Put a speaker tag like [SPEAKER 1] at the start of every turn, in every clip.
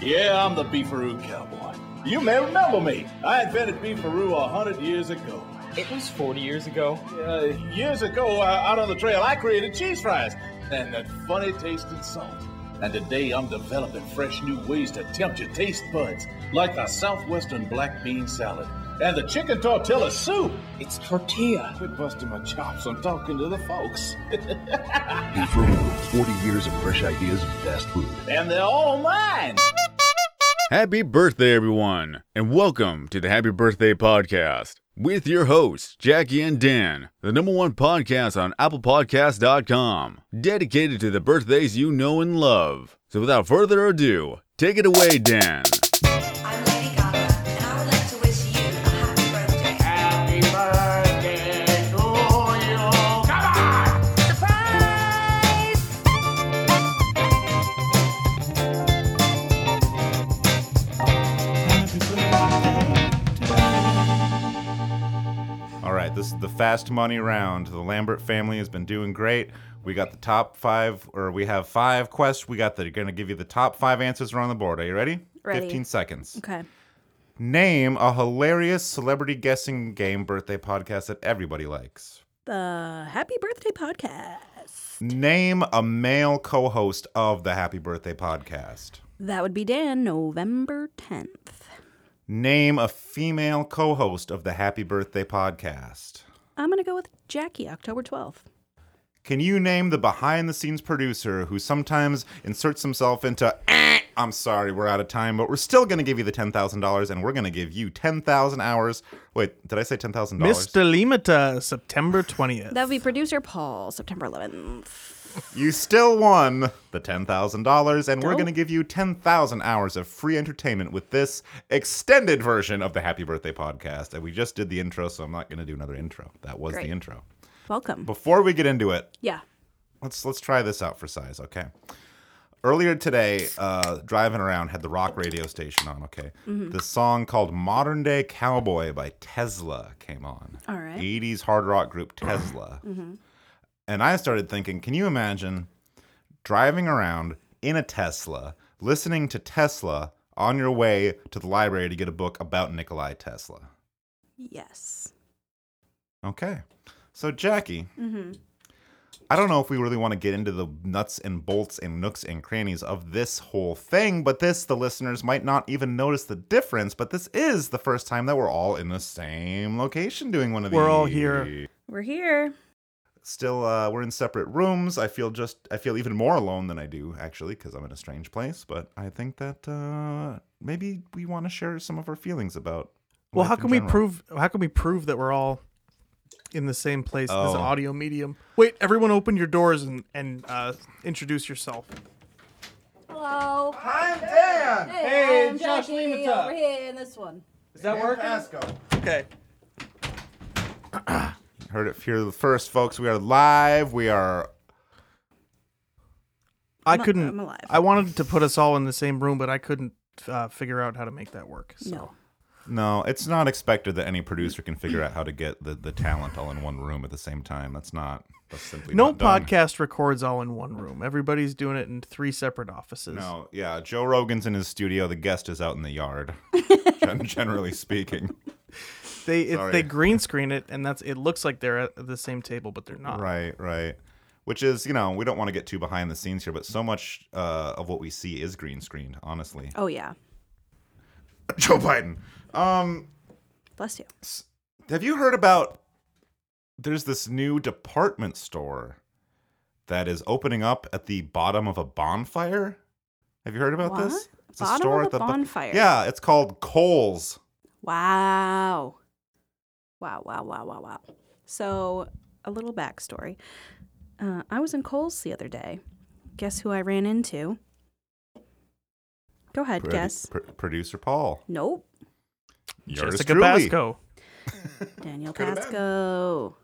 [SPEAKER 1] Yeah, I'm the Beefaroo Cowboy. You may remember me. I invented Beefaroo a hundred years ago.
[SPEAKER 2] It was 40 years ago.
[SPEAKER 1] Uh, years ago, uh, out on the trail, I created cheese fries and that funny tasting salt. And today, I'm developing fresh new ways to tempt your taste buds, like the southwestern black bean salad and the chicken tortilla soup.
[SPEAKER 2] It's tortilla.
[SPEAKER 1] Quit busting my chops. I'm talking to the folks.
[SPEAKER 3] Beefaroo, 40 years of fresh ideas and fast food.
[SPEAKER 1] and they're all mine.
[SPEAKER 4] Happy birthday, everyone, and welcome to the Happy Birthday Podcast with your hosts, Jackie and Dan, the number one podcast on ApplePodcast.com, dedicated to the birthdays you know and love. So, without further ado, take it away, Dan.
[SPEAKER 5] I'm Lady Gaga, and I would like to wish you a happy birthday.
[SPEAKER 6] All right, this is the fast money round. The Lambert family has been doing great. We got the top five, or we have five quests. We got the going to give you the top five answers around the board. Are you ready?
[SPEAKER 7] Ready.
[SPEAKER 6] 15 seconds.
[SPEAKER 7] Okay.
[SPEAKER 6] Name a hilarious celebrity guessing game birthday podcast that everybody likes.
[SPEAKER 7] The Happy Birthday Podcast.
[SPEAKER 6] Name a male co host of the Happy Birthday podcast.
[SPEAKER 7] That would be Dan, November 10th.
[SPEAKER 6] Name a female co host of the Happy Birthday podcast.
[SPEAKER 7] I'm going to go with Jackie, October 12th.
[SPEAKER 6] Can you name the behind the scenes producer who sometimes inserts himself into "Eh, I'm sorry, we're out of time, but we're still going to give you the $10,000 and we're going to give you 10,000 hours. Wait, did I say $10,000?
[SPEAKER 8] Mr. Limita, September 20th.
[SPEAKER 7] That would be producer Paul, September 11th.
[SPEAKER 6] You still won the $10,000 and we're
[SPEAKER 7] Dope.
[SPEAKER 6] going to give you 10,000 hours of free entertainment with this extended version of the Happy Birthday podcast. And we just did the intro, so I'm not going to do another intro. That was
[SPEAKER 7] Great.
[SPEAKER 6] the intro.
[SPEAKER 7] Welcome.
[SPEAKER 6] Before we get into it,
[SPEAKER 7] Yeah.
[SPEAKER 6] let's let's try this out for size okay earlier today uh driving around had the rock radio station on okay
[SPEAKER 7] Mm-hmm.
[SPEAKER 6] the song called modern day cowboy by tesla came on
[SPEAKER 7] All right. Mm-hmm.
[SPEAKER 6] 80s hard rock group tesla and i started thinking can you imagine driving around in a tesla listening to tesla on your way to the library to get a book about nikolai tesla
[SPEAKER 7] Yes.
[SPEAKER 6] Okay. So, Jackie, I don't know if we really want to get into the nuts and bolts and nooks and crannies of this whole thing, but this, the listeners might not even notice the difference. But this is the first time that we're all in the same location doing one of these.
[SPEAKER 8] We're all here.
[SPEAKER 7] We're here.
[SPEAKER 6] Still, uh, we're in separate rooms. I feel just, I feel even more alone than I do, actually, because I'm in a strange place. But I think that uh, maybe we want to share some of our feelings about.
[SPEAKER 8] Well,
[SPEAKER 6] life
[SPEAKER 8] how
[SPEAKER 6] in
[SPEAKER 8] can we
[SPEAKER 6] general.
[SPEAKER 8] prove? How can we prove that we're all in the same place as
[SPEAKER 6] Oh.
[SPEAKER 8] an audio medium? Wait, everyone, open your doors and and uh, introduce yourself.
[SPEAKER 9] Hello.
[SPEAKER 6] I'm Dan!
[SPEAKER 9] Hey,
[SPEAKER 8] I'm Josh
[SPEAKER 9] Jackie
[SPEAKER 8] Limata.
[SPEAKER 9] Over here in this one.
[SPEAKER 8] Is that working? Okay.
[SPEAKER 6] Heard it here first, folks. We are live. We are.
[SPEAKER 8] I
[SPEAKER 7] I'm-
[SPEAKER 8] couldn't.
[SPEAKER 7] I'm alive.
[SPEAKER 8] I wanted to put us all in the same room, but I couldn't uh, figure out how to make that work. So.
[SPEAKER 7] No.
[SPEAKER 6] No, it's not expected that any producer can figure out how to get the, the talent all in one room at the same time. That's not. That's simply
[SPEAKER 8] No
[SPEAKER 6] not done.
[SPEAKER 8] podcast records all in one room. Everybody's doing it in three separate offices.
[SPEAKER 6] No, yeah. Joe Rogan's in his studio. The guest is out in the yard. gen- generally speaking,
[SPEAKER 8] They it,
[SPEAKER 6] Sorry.
[SPEAKER 8] they green screen it, and that's it. Looks like they're at the same table, but they're not.
[SPEAKER 6] right, right. Which is, you know, we don't want to get too behind the scenes here, but so much uh, of what we see is green screened. Honestly,
[SPEAKER 7] Oh, yeah.
[SPEAKER 6] Joe Biden. Um,
[SPEAKER 7] Bless you.
[SPEAKER 6] Have you heard about there's this new department store that is opening up at the bottom of a bonfire? Have you heard about
[SPEAKER 7] What?
[SPEAKER 6] this? It's
[SPEAKER 7] Bottom of a bonfire?
[SPEAKER 6] yeah, it's called Coles.
[SPEAKER 7] Wow. Wow, wow, wow, wow, wow. So, a little backstory. Uh, I was in Coles the other day. Guess who I ran into? Go ahead,
[SPEAKER 6] Produ-
[SPEAKER 7] guess.
[SPEAKER 6] pr- producer Paul.
[SPEAKER 7] Nope.
[SPEAKER 6] Yours
[SPEAKER 8] Jessica
[SPEAKER 6] truly.
[SPEAKER 8] Pasco
[SPEAKER 7] Daniel
[SPEAKER 6] Could've been.
[SPEAKER 7] Pasco.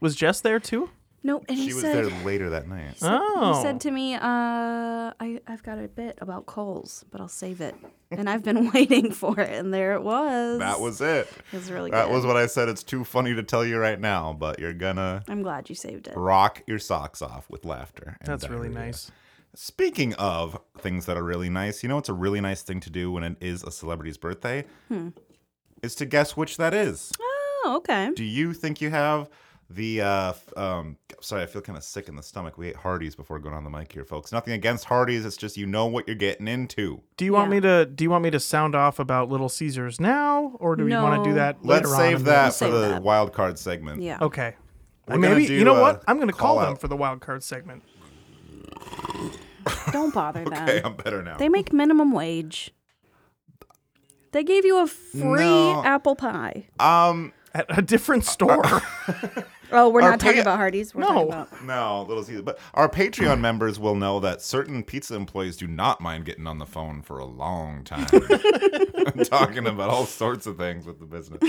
[SPEAKER 8] was Jess there too.
[SPEAKER 7] Nope. And he
[SPEAKER 6] She was
[SPEAKER 7] said,
[SPEAKER 6] there later that night.
[SPEAKER 7] he said-
[SPEAKER 8] Oh.
[SPEAKER 7] he said to me, uh, I, I've got a bit about Coles, but I'll save it. And I've been waiting for it. And there it was.
[SPEAKER 6] That was it.
[SPEAKER 7] It was really
[SPEAKER 6] That
[SPEAKER 7] good.
[SPEAKER 6] was what I said. It's too funny to tell you right now, but you're gonna
[SPEAKER 7] I'm glad you saved it.
[SPEAKER 6] rock your socks off with laughter. and
[SPEAKER 8] That's really
[SPEAKER 6] diarrhea.
[SPEAKER 8] nice.
[SPEAKER 6] Speaking of things that are really nice, you know what's a really nice thing to do when it is a celebrity's birthday?
[SPEAKER 8] Hmm.
[SPEAKER 6] Is to guess which that is.
[SPEAKER 7] Oh, okay.
[SPEAKER 6] Do you think you have the? Uh, f- um, sorry, I feel kind of sick in the stomach. We ate Hardee's before going on the mic here, folks. Nothing against Hardee's. It's just you know what you're getting into.
[SPEAKER 8] Do you want me to do you want me to sound off about Little Caesars now or do we want to do
[SPEAKER 7] No.
[SPEAKER 8] that later
[SPEAKER 6] Let's
[SPEAKER 8] on
[SPEAKER 6] save
[SPEAKER 8] in the-
[SPEAKER 6] that
[SPEAKER 7] We'll
[SPEAKER 6] for
[SPEAKER 7] save
[SPEAKER 6] the
[SPEAKER 7] that.
[SPEAKER 6] wild card segment.
[SPEAKER 7] Yeah.
[SPEAKER 8] Okay.
[SPEAKER 6] We're gonna
[SPEAKER 8] Maybe
[SPEAKER 6] do,
[SPEAKER 8] you know
[SPEAKER 6] uh,
[SPEAKER 8] what? I'm going to call,
[SPEAKER 6] call
[SPEAKER 8] them
[SPEAKER 6] out.
[SPEAKER 8] for the wild card segment.
[SPEAKER 7] Don't bother them.
[SPEAKER 6] Okay, I'm better now.
[SPEAKER 7] They make minimum wage. They gave you a free
[SPEAKER 6] No.
[SPEAKER 7] apple pie.
[SPEAKER 6] Um,
[SPEAKER 8] At a different store.
[SPEAKER 7] Oh, we're
[SPEAKER 6] Our
[SPEAKER 7] not talking
[SPEAKER 6] pa-
[SPEAKER 7] about Hardee's. We're
[SPEAKER 8] No.
[SPEAKER 7] talking about
[SPEAKER 6] no, little Caesar. But our Patreon members will know that certain pizza employees do not mind getting on the phone for a long time, talking about all sorts of things with the business.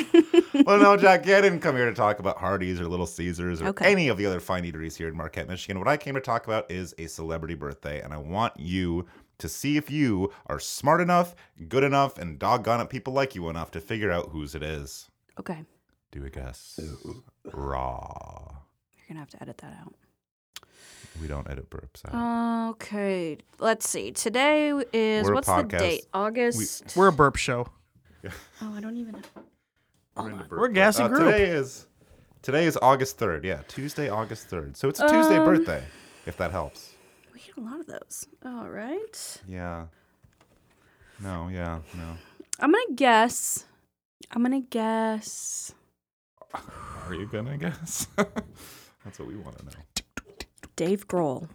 [SPEAKER 6] well, no, Jack, I didn't come here to talk about Hardee's or Little Caesars or
[SPEAKER 7] Okay.
[SPEAKER 6] any of the other fine eateries here in Marquette, Michigan. What I came to talk about is a celebrity birthday, and I want you to see if you are smart enough, good enough, and doggone it, people like you enough to figure out whose it is.
[SPEAKER 7] Okay.
[SPEAKER 6] Do
[SPEAKER 7] You're
[SPEAKER 6] a guess. Raw.
[SPEAKER 7] going to have to edit that out.
[SPEAKER 6] We don't edit burps out.
[SPEAKER 7] Okay. Let's see. Today is
[SPEAKER 6] We're a
[SPEAKER 7] what's the
[SPEAKER 6] podcast.
[SPEAKER 7] date? August.
[SPEAKER 8] We're a burp show.
[SPEAKER 7] oh, I don't even know.
[SPEAKER 8] We're a gassy
[SPEAKER 6] Uh,
[SPEAKER 8] group.
[SPEAKER 6] Today is today is August third. Yeah, Tuesday, August third. So it's a Tuesday
[SPEAKER 7] Um,
[SPEAKER 6] birthday, if that helps.
[SPEAKER 7] We get a lot of those. All right.
[SPEAKER 6] Yeah. No. Yeah. No.
[SPEAKER 7] I'm going to guess. I'm going to guess
[SPEAKER 6] Are you gonna guess? That's what we want to know.
[SPEAKER 7] Dave Grohl,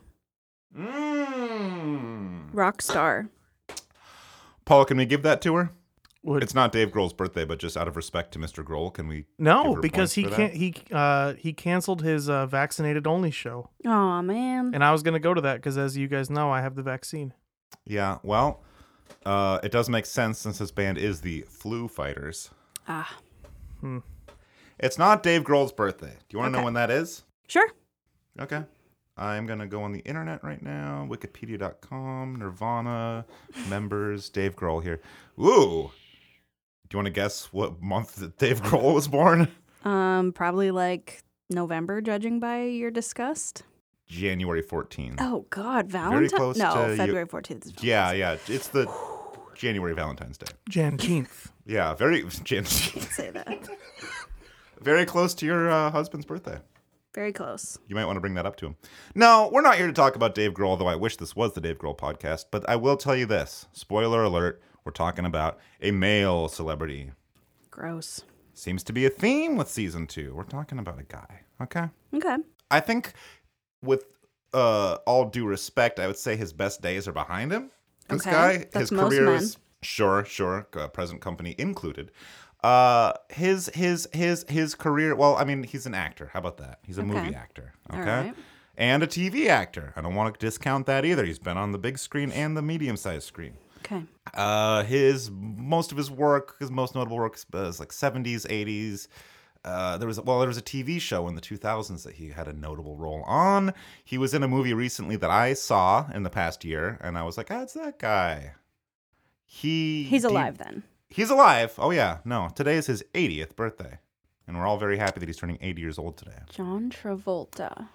[SPEAKER 6] Mm.
[SPEAKER 7] rock star.
[SPEAKER 6] Paul, can we give that to her?
[SPEAKER 8] Would-
[SPEAKER 6] It's not Dave Grohl's birthday, but just out of respect to Mr. Grohl, can we? give
[SPEAKER 8] no,
[SPEAKER 6] her
[SPEAKER 8] because
[SPEAKER 6] points
[SPEAKER 8] he
[SPEAKER 6] for that?
[SPEAKER 8] can't he uh he canceled his uh vaccinated only show.
[SPEAKER 7] Oh, man.
[SPEAKER 8] And I was going to go to that cuz as you guys know, I have the vaccine.
[SPEAKER 6] Yeah. Well, uh, it does make sense since his band is the Flu Fighters.
[SPEAKER 7] ah.
[SPEAKER 6] It's not Dave Grohl's birthday. Do you want to know
[SPEAKER 7] Okay.
[SPEAKER 6] when that is?
[SPEAKER 7] Sure.
[SPEAKER 6] Okay. I'm going to go on the internet right now. Wikipedia.com, Nirvana, members, Dave Grohl here. Ooh. Do you want to guess what month that Dave Grohl was born?
[SPEAKER 7] Um, probably like November, judging by your disgust.
[SPEAKER 6] January 14th.
[SPEAKER 7] Oh God, Valentine?
[SPEAKER 6] close
[SPEAKER 7] no,
[SPEAKER 6] to you-
[SPEAKER 7] February fourteenth. is
[SPEAKER 6] Yeah, yeah. It's the January Valentine's Day.
[SPEAKER 8] Jan Keenth.
[SPEAKER 6] Yeah, very Jan-
[SPEAKER 7] Valentine's. Say that.
[SPEAKER 6] very close to your uh, husband's birthday.
[SPEAKER 7] Very close.
[SPEAKER 6] You might want to bring that up to him. No, we're not here to talk about Dave Grohl, though I wish this was the Dave Grohl podcast. But I will tell you this spoiler alert, we're talking about a male celebrity.
[SPEAKER 7] Gross.
[SPEAKER 6] Seems to be a theme with season two. We're talking about a guy. Okay.
[SPEAKER 7] Okay.
[SPEAKER 6] I think, with uh, all due respect, I would say his best days are behind him. This
[SPEAKER 7] Okay,
[SPEAKER 6] guy, his
[SPEAKER 7] that's most
[SPEAKER 6] career
[SPEAKER 7] men.
[SPEAKER 6] is sure, sure, uh, present company included. Uh, his his his his career. Well, I mean, he's an actor. How about that? He's a movie actor. Okay.
[SPEAKER 7] right.
[SPEAKER 6] And a TV actor. I don't want to discount that either. He's been on the big screen and the medium sized screen.
[SPEAKER 7] Okay.
[SPEAKER 6] Uh, his most of his work, his most notable work is- is like 70s, 80s. Uh, there was well, there was a TV show in the 2000s that he had a notable role on. He was in a movie recently that I saw in the past year, and I was like, "Ah, it's that guy." He
[SPEAKER 7] He's
[SPEAKER 6] do you-
[SPEAKER 7] alive then.
[SPEAKER 6] He's alive. Oh yeah, no, today is his 80th birthday, and we're all very happy that he's turning 80 years old today.
[SPEAKER 7] John Travolta.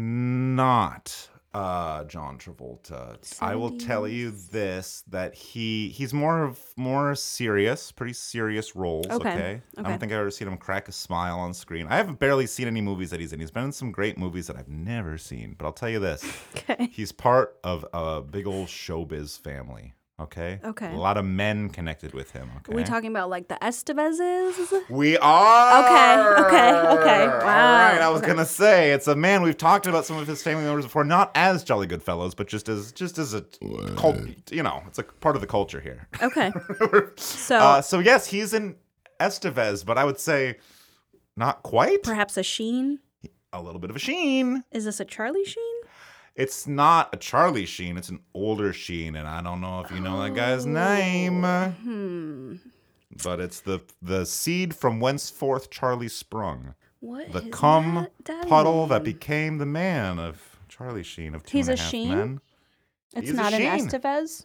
[SPEAKER 6] not uh John Travolta. I will tell you this that he he's more of more serious, pretty serious roles, okay?
[SPEAKER 7] Okay,
[SPEAKER 6] I
[SPEAKER 7] okay.
[SPEAKER 6] don't think I've ever seen him crack a smile on screen. I haven't barely seen any movies that he's in. He's been in some great movies that I've never seen, but I'll tell you this.
[SPEAKER 7] Okay.
[SPEAKER 6] He's part of a big old showbiz family, okay?
[SPEAKER 7] Okay.
[SPEAKER 6] A lot of men connected with him, okay?
[SPEAKER 7] Are we talking about like the Estevezes?
[SPEAKER 6] We are.
[SPEAKER 7] okay, okay.
[SPEAKER 6] All
[SPEAKER 7] Wow,
[SPEAKER 6] right, I was
[SPEAKER 7] okay.
[SPEAKER 6] gonna say it's a man we've talked about some of his family members before, not as Jolly Good Fellows, but just as just as a cult. You know, it's a part of the culture here.
[SPEAKER 7] Okay. so
[SPEAKER 6] Uh, so yes, he's in Estevez, but I would say not quite.
[SPEAKER 7] perhaps a Sheen.
[SPEAKER 6] A little bit of a Sheen.
[SPEAKER 7] Is this a Charlie Sheen?
[SPEAKER 6] It's not a Charlie Sheen. It's an older Sheen, and I don't know if you know that guy's name.
[SPEAKER 7] Hmm.
[SPEAKER 6] But it's the the seed from whence forth Charlie sprung.
[SPEAKER 7] What?
[SPEAKER 6] the
[SPEAKER 7] is
[SPEAKER 6] cum
[SPEAKER 7] that- that
[SPEAKER 6] puddle that
[SPEAKER 7] mean?
[SPEAKER 6] became the man of Charlie Sheen of Two
[SPEAKER 7] He's
[SPEAKER 6] and
[SPEAKER 7] a
[SPEAKER 6] Half
[SPEAKER 7] Sheen?
[SPEAKER 6] Men. he's
[SPEAKER 7] It's
[SPEAKER 6] a
[SPEAKER 7] not an
[SPEAKER 6] Sheen.
[SPEAKER 7] Estevez.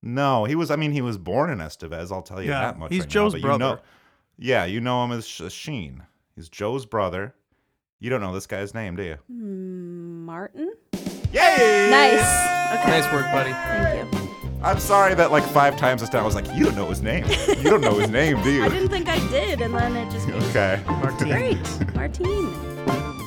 [SPEAKER 6] No, he was. I mean, he was born in Estevez. I'll tell you
[SPEAKER 8] Yeah,
[SPEAKER 6] that much.
[SPEAKER 8] he's
[SPEAKER 6] right now,
[SPEAKER 8] Joe's
[SPEAKER 6] but You know,
[SPEAKER 8] brother.
[SPEAKER 6] yeah, you know him as Sh- Sheen. He's Joe's brother. You don't know this guy's name, do you?
[SPEAKER 7] Martin.
[SPEAKER 6] Yay!
[SPEAKER 7] Nice. Okay.
[SPEAKER 10] Nice work, buddy.
[SPEAKER 7] Thank you.
[SPEAKER 6] I'm sorry that like five times this time I was like, you don't know his name. You don't know his name, do
[SPEAKER 7] I
[SPEAKER 6] you?
[SPEAKER 7] didn't think I did, and then it just
[SPEAKER 6] Okay.
[SPEAKER 7] great. Martine.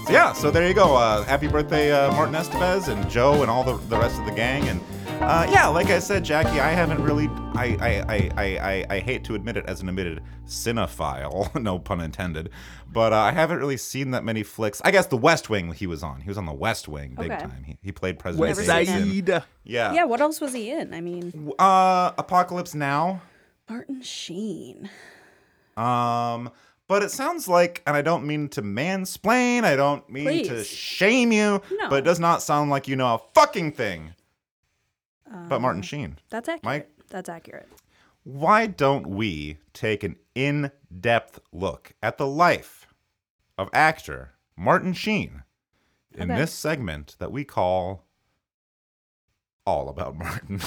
[SPEAKER 6] So yeah, so there you go. Uh, happy birthday, uh, Martin Estevez and Joe and all the, the rest of the gang. And uh, yeah, like I said, Jackie, I haven't really. I I, I, I, I I hate to admit it as an admitted cinephile, no pun intended, but uh, I haven't really seen that many flicks. I guess The West Wing he was on. He was on The West Wing big
[SPEAKER 7] Okay.
[SPEAKER 6] time. He, he played President
[SPEAKER 7] West
[SPEAKER 6] Davis
[SPEAKER 7] Side.
[SPEAKER 6] in- Yeah.
[SPEAKER 7] Yeah, what else was he in? I mean,
[SPEAKER 6] Uh, Apocalypse Now.
[SPEAKER 7] Martin Sheen.
[SPEAKER 6] Um, but it sounds like, and I don't mean to mansplain, I don't mean to
[SPEAKER 7] Please.
[SPEAKER 6] shame you,
[SPEAKER 7] No.
[SPEAKER 6] but it does not sound like you know a fucking thing. but
[SPEAKER 7] Um,
[SPEAKER 6] Martin Sheen,
[SPEAKER 7] That's accurate.
[SPEAKER 6] Mike?
[SPEAKER 7] That's accurate.
[SPEAKER 6] why don't we take an in depth look at the life of actor Martin Sheen in
[SPEAKER 7] Okay.
[SPEAKER 6] this segment that we call All About Martin?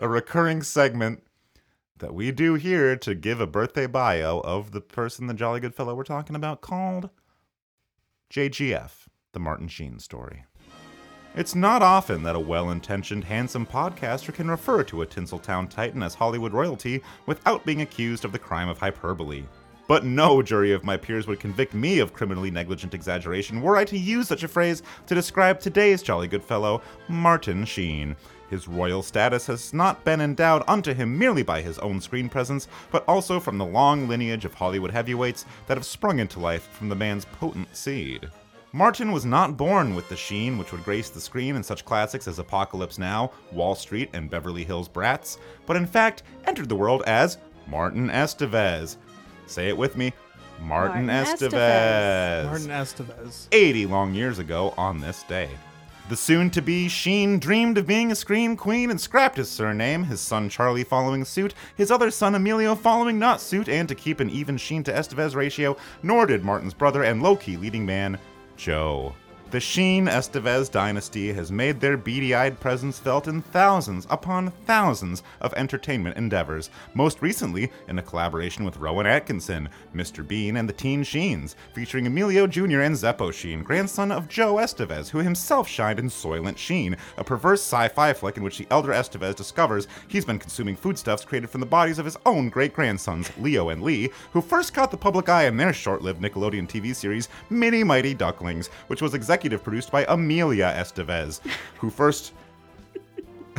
[SPEAKER 6] a recurring segment that we do here to give a birthday bio of the person, the Jolly Good Fellow we're talking about, called JGF, the Martin Sheen story. It's not often that a well intentioned, handsome podcaster can refer to a Tinseltown Titan as Hollywood royalty without being accused of the crime of hyperbole. But no jury of my peers would convict me of criminally negligent exaggeration were I to use such a phrase to describe today's jolly good fellow, Martin Sheen. His royal status has not been endowed unto him merely by his own screen presence, but also from the long lineage of Hollywood heavyweights that have sprung into life from the man's potent seed. Martin was not born with the sheen which would grace the screen in such classics as Apocalypse Now, Wall Street, and Beverly Hills Brats, but in fact entered the world as Martin Estevez. Say it with me Martin,
[SPEAKER 7] Martin
[SPEAKER 6] Estevez.
[SPEAKER 7] Estevez.
[SPEAKER 8] Martin Estevez.
[SPEAKER 6] 80 long years ago on this day. The soon to be Sheen dreamed of being a scream queen and scrapped his surname, his son Charlie following suit, his other son Emilio following not suit, and to keep an even Sheen to Estevez ratio, nor did Martin's brother and low key leading man, Joe. The Sheen Estevez dynasty has made their beady eyed presence felt in thousands upon thousands of entertainment endeavors, most recently in a collaboration with Rowan Atkinson, Mr. Bean, and the Teen Sheens, featuring Emilio Jr. and Zeppo Sheen, grandson of Joe Estevez, who himself shined in Soylent Sheen, a perverse sci fi flick in which the elder Estevez discovers he's been consuming foodstuffs created from the bodies of his own great grandsons, Leo and Lee, who first caught the public eye in their short lived Nickelodeon TV series, Mini Mighty Ducklings, which was executive produced by Amelia Estevez, who first.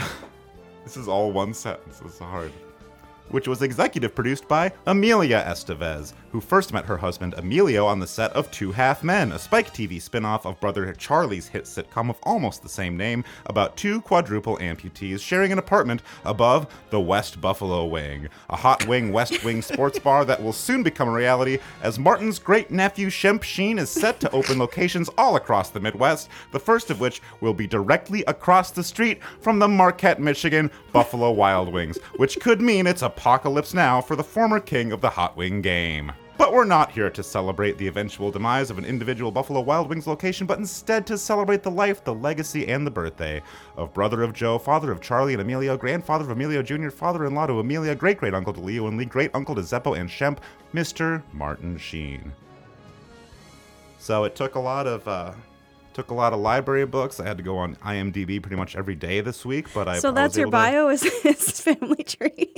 [SPEAKER 6] this is all one sentence, this is hard which was executive produced by Amelia Estevez, who first met her husband Emilio on the set of Two Half Men, a Spike TV spin off of Brother Charlie's hit sitcom of almost the same name, about two quadruple amputees sharing an apartment above the West Buffalo Wing, a hot wing West Wing sports bar that will soon become a reality as Martin's great nephew Shemp Sheen is set to open locations all across the Midwest, the first of which will be directly across the street from the Marquette, Michigan Buffalo Wild Wings, which could mean it's apocalypse now for the former king of the hot wing game. But we're not here to celebrate the eventual demise of an individual Buffalo Wild Wings location, but instead to celebrate the life, the legacy, and the birthday of brother of Joe, father of Charlie and Emilio, grandfather of Emilio Jr., father in law to Amelia, great great uncle to Leo and Lee, great uncle to Zeppo and Shemp, Mr. Martin Sheen. So it took a lot of uh, took a lot of library books. I had to go on IMDb pretty much every day this week, but I I
[SPEAKER 7] so
[SPEAKER 6] was
[SPEAKER 7] that's your
[SPEAKER 6] able to-
[SPEAKER 7] bio is his family tree.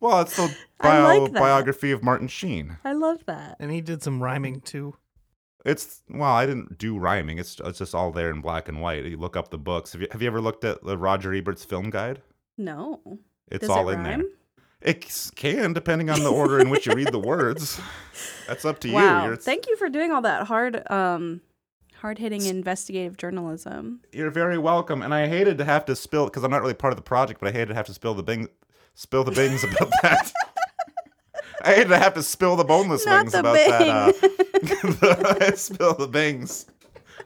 [SPEAKER 6] Well, it's the
[SPEAKER 7] I
[SPEAKER 6] bio,
[SPEAKER 7] like that.
[SPEAKER 6] biography of Martin Sheen.
[SPEAKER 7] I love that.
[SPEAKER 8] And he did some rhyming too.
[SPEAKER 6] It's well, I didn't do rhyming. It's it's just all there in black and white. You look up the books. Have you have you ever looked at the Roger Ebert's film guide?
[SPEAKER 7] No.
[SPEAKER 6] It's
[SPEAKER 7] Does it
[SPEAKER 6] all in there.
[SPEAKER 7] rhyme?
[SPEAKER 6] It c- can, depending on the order in which you read the words. That's up to
[SPEAKER 7] wow.
[SPEAKER 6] you. You're,
[SPEAKER 7] Thank you for doing all that hard um hard hitting investigative journalism.
[SPEAKER 6] you're very welcome. And I hated to have to spill because I'm not really part of the project, but I hated to have to spill the bing, spill the bings about that. I hated to have to spill the boneless
[SPEAKER 7] Not
[SPEAKER 6] wings
[SPEAKER 7] the
[SPEAKER 6] about that. Uh, spill the bings.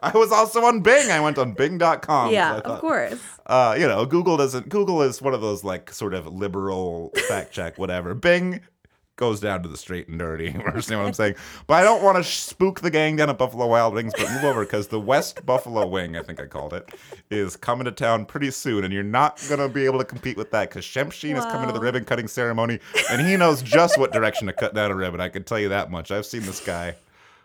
[SPEAKER 6] I was also on Bing. I went on Bing.com. 'cause I
[SPEAKER 7] yeah, of
[SPEAKER 6] thought-
[SPEAKER 7] course.
[SPEAKER 6] uh, you know, Google doesn't. Google is one of those like sort of liberal fact check, whatever. Bing goes down to the straight and dirty. You understand what I'm saying? But I don't want to spook the gang down at Buffalo Wild Wings. But move over because the West Buffalo Wing, I think I called it, is coming to town pretty soon, and you're not gonna be able to compete with that because Shemsheen is coming to the
[SPEAKER 7] Wow.
[SPEAKER 6] ribbon cutting ceremony, and he knows just what direction to cut down a ribbon. I can tell you that much. I've seen this guy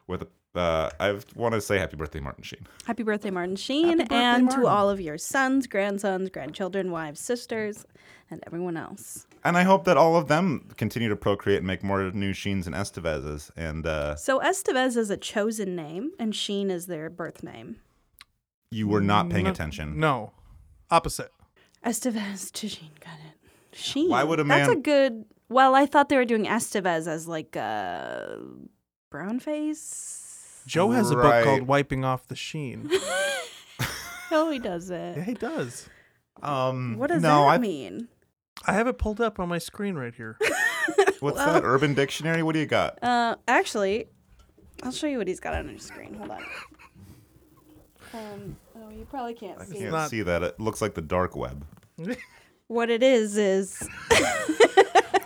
[SPEAKER 6] with a uh, I want to say happy birthday, Martin Sheen.
[SPEAKER 7] Happy birthday, Martin Sheen,
[SPEAKER 6] birthday,
[SPEAKER 7] and
[SPEAKER 6] Martin.
[SPEAKER 7] to all of your sons, grandsons, grandchildren, wives, sisters, and everyone else.
[SPEAKER 6] And I hope that all of them continue to procreate and make more new Sheens and Estevezes. And uh,
[SPEAKER 7] So Estevez is a chosen name, and Sheen is their birth name.
[SPEAKER 6] you were not paying attention.
[SPEAKER 8] No, opposite.
[SPEAKER 7] Estevez to Sheen, got it. Sheen.
[SPEAKER 6] Why would a
[SPEAKER 7] That's a
[SPEAKER 6] man-
[SPEAKER 7] good. Well, I thought they were doing Estevez as like a brown face.
[SPEAKER 8] Joe has a
[SPEAKER 6] Right.
[SPEAKER 8] book called "Wiping Off the Sheen."
[SPEAKER 7] No, he doesn't.
[SPEAKER 8] yeah, he does.
[SPEAKER 6] Um,
[SPEAKER 7] What does
[SPEAKER 6] no,
[SPEAKER 7] that
[SPEAKER 6] I,
[SPEAKER 7] mean?
[SPEAKER 8] I have it pulled up on my screen right here.
[SPEAKER 6] What's that? Urban Dictionary? What do you got?
[SPEAKER 7] Uh, actually, I'll show you what he's got on his screen. Hold on. Um, oh, you probably can't
[SPEAKER 6] I
[SPEAKER 7] see.
[SPEAKER 6] can't
[SPEAKER 8] not-
[SPEAKER 6] see that. It looks like the dark web.
[SPEAKER 7] What it is is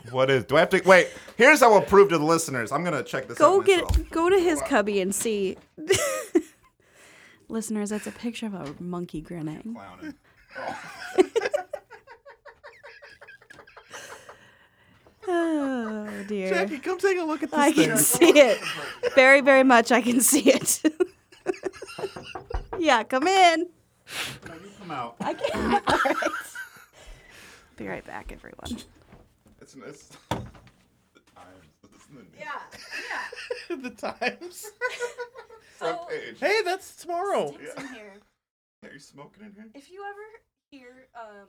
[SPEAKER 6] What is? Do I have to wait? Here's how I'll prove to the listeners. I'm gonna check this out.
[SPEAKER 7] go get
[SPEAKER 6] myself.
[SPEAKER 7] go to his cubby and see. Listeners, that's a picture of a monkey grinning.
[SPEAKER 6] Clowning.
[SPEAKER 7] Oh dear.
[SPEAKER 8] Jackie, come take a look at this
[SPEAKER 7] I
[SPEAKER 8] thing.
[SPEAKER 7] can see it. Very, very much I can see it. yeah, come in.
[SPEAKER 6] Come out.
[SPEAKER 7] I can All right. Be right back, everyone.
[SPEAKER 6] It's, it's the times. Yeah,
[SPEAKER 8] the times.
[SPEAKER 6] Front page.
[SPEAKER 8] Hey, that's tomorrow.
[SPEAKER 6] Are you smoking in here?
[SPEAKER 9] If you ever hear um,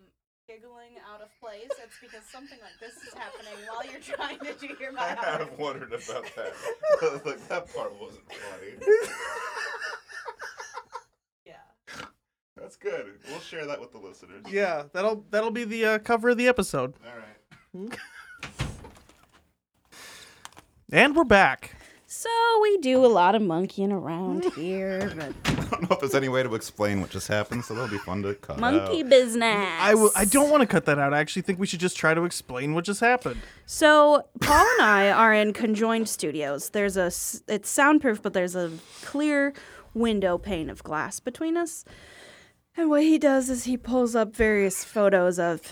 [SPEAKER 9] giggling out of place, it's because something like this is happening while you're trying to do your
[SPEAKER 6] I
[SPEAKER 9] mouth.
[SPEAKER 6] have wondered about that. like that part wasn't funny.
[SPEAKER 9] Yeah.
[SPEAKER 6] That's good. We'll share that with the listeners.
[SPEAKER 8] Yeah, that'll that'll be the uh, cover of the episode.
[SPEAKER 6] All right.
[SPEAKER 8] And we're back.
[SPEAKER 7] So we do a lot of monkeying around here, but
[SPEAKER 6] I don't know if there's any way to explain what just happened, so that'll be fun to cut
[SPEAKER 7] monkey
[SPEAKER 6] out.
[SPEAKER 7] business.
[SPEAKER 8] I will. I don't want to cut that out. I actually think we should just try to explain what just happened.
[SPEAKER 7] So Paul and I are in conjoined studios. There's a s- it's soundproof, but there's a clear window pane of glass between us. And what he does is he pulls up various photos of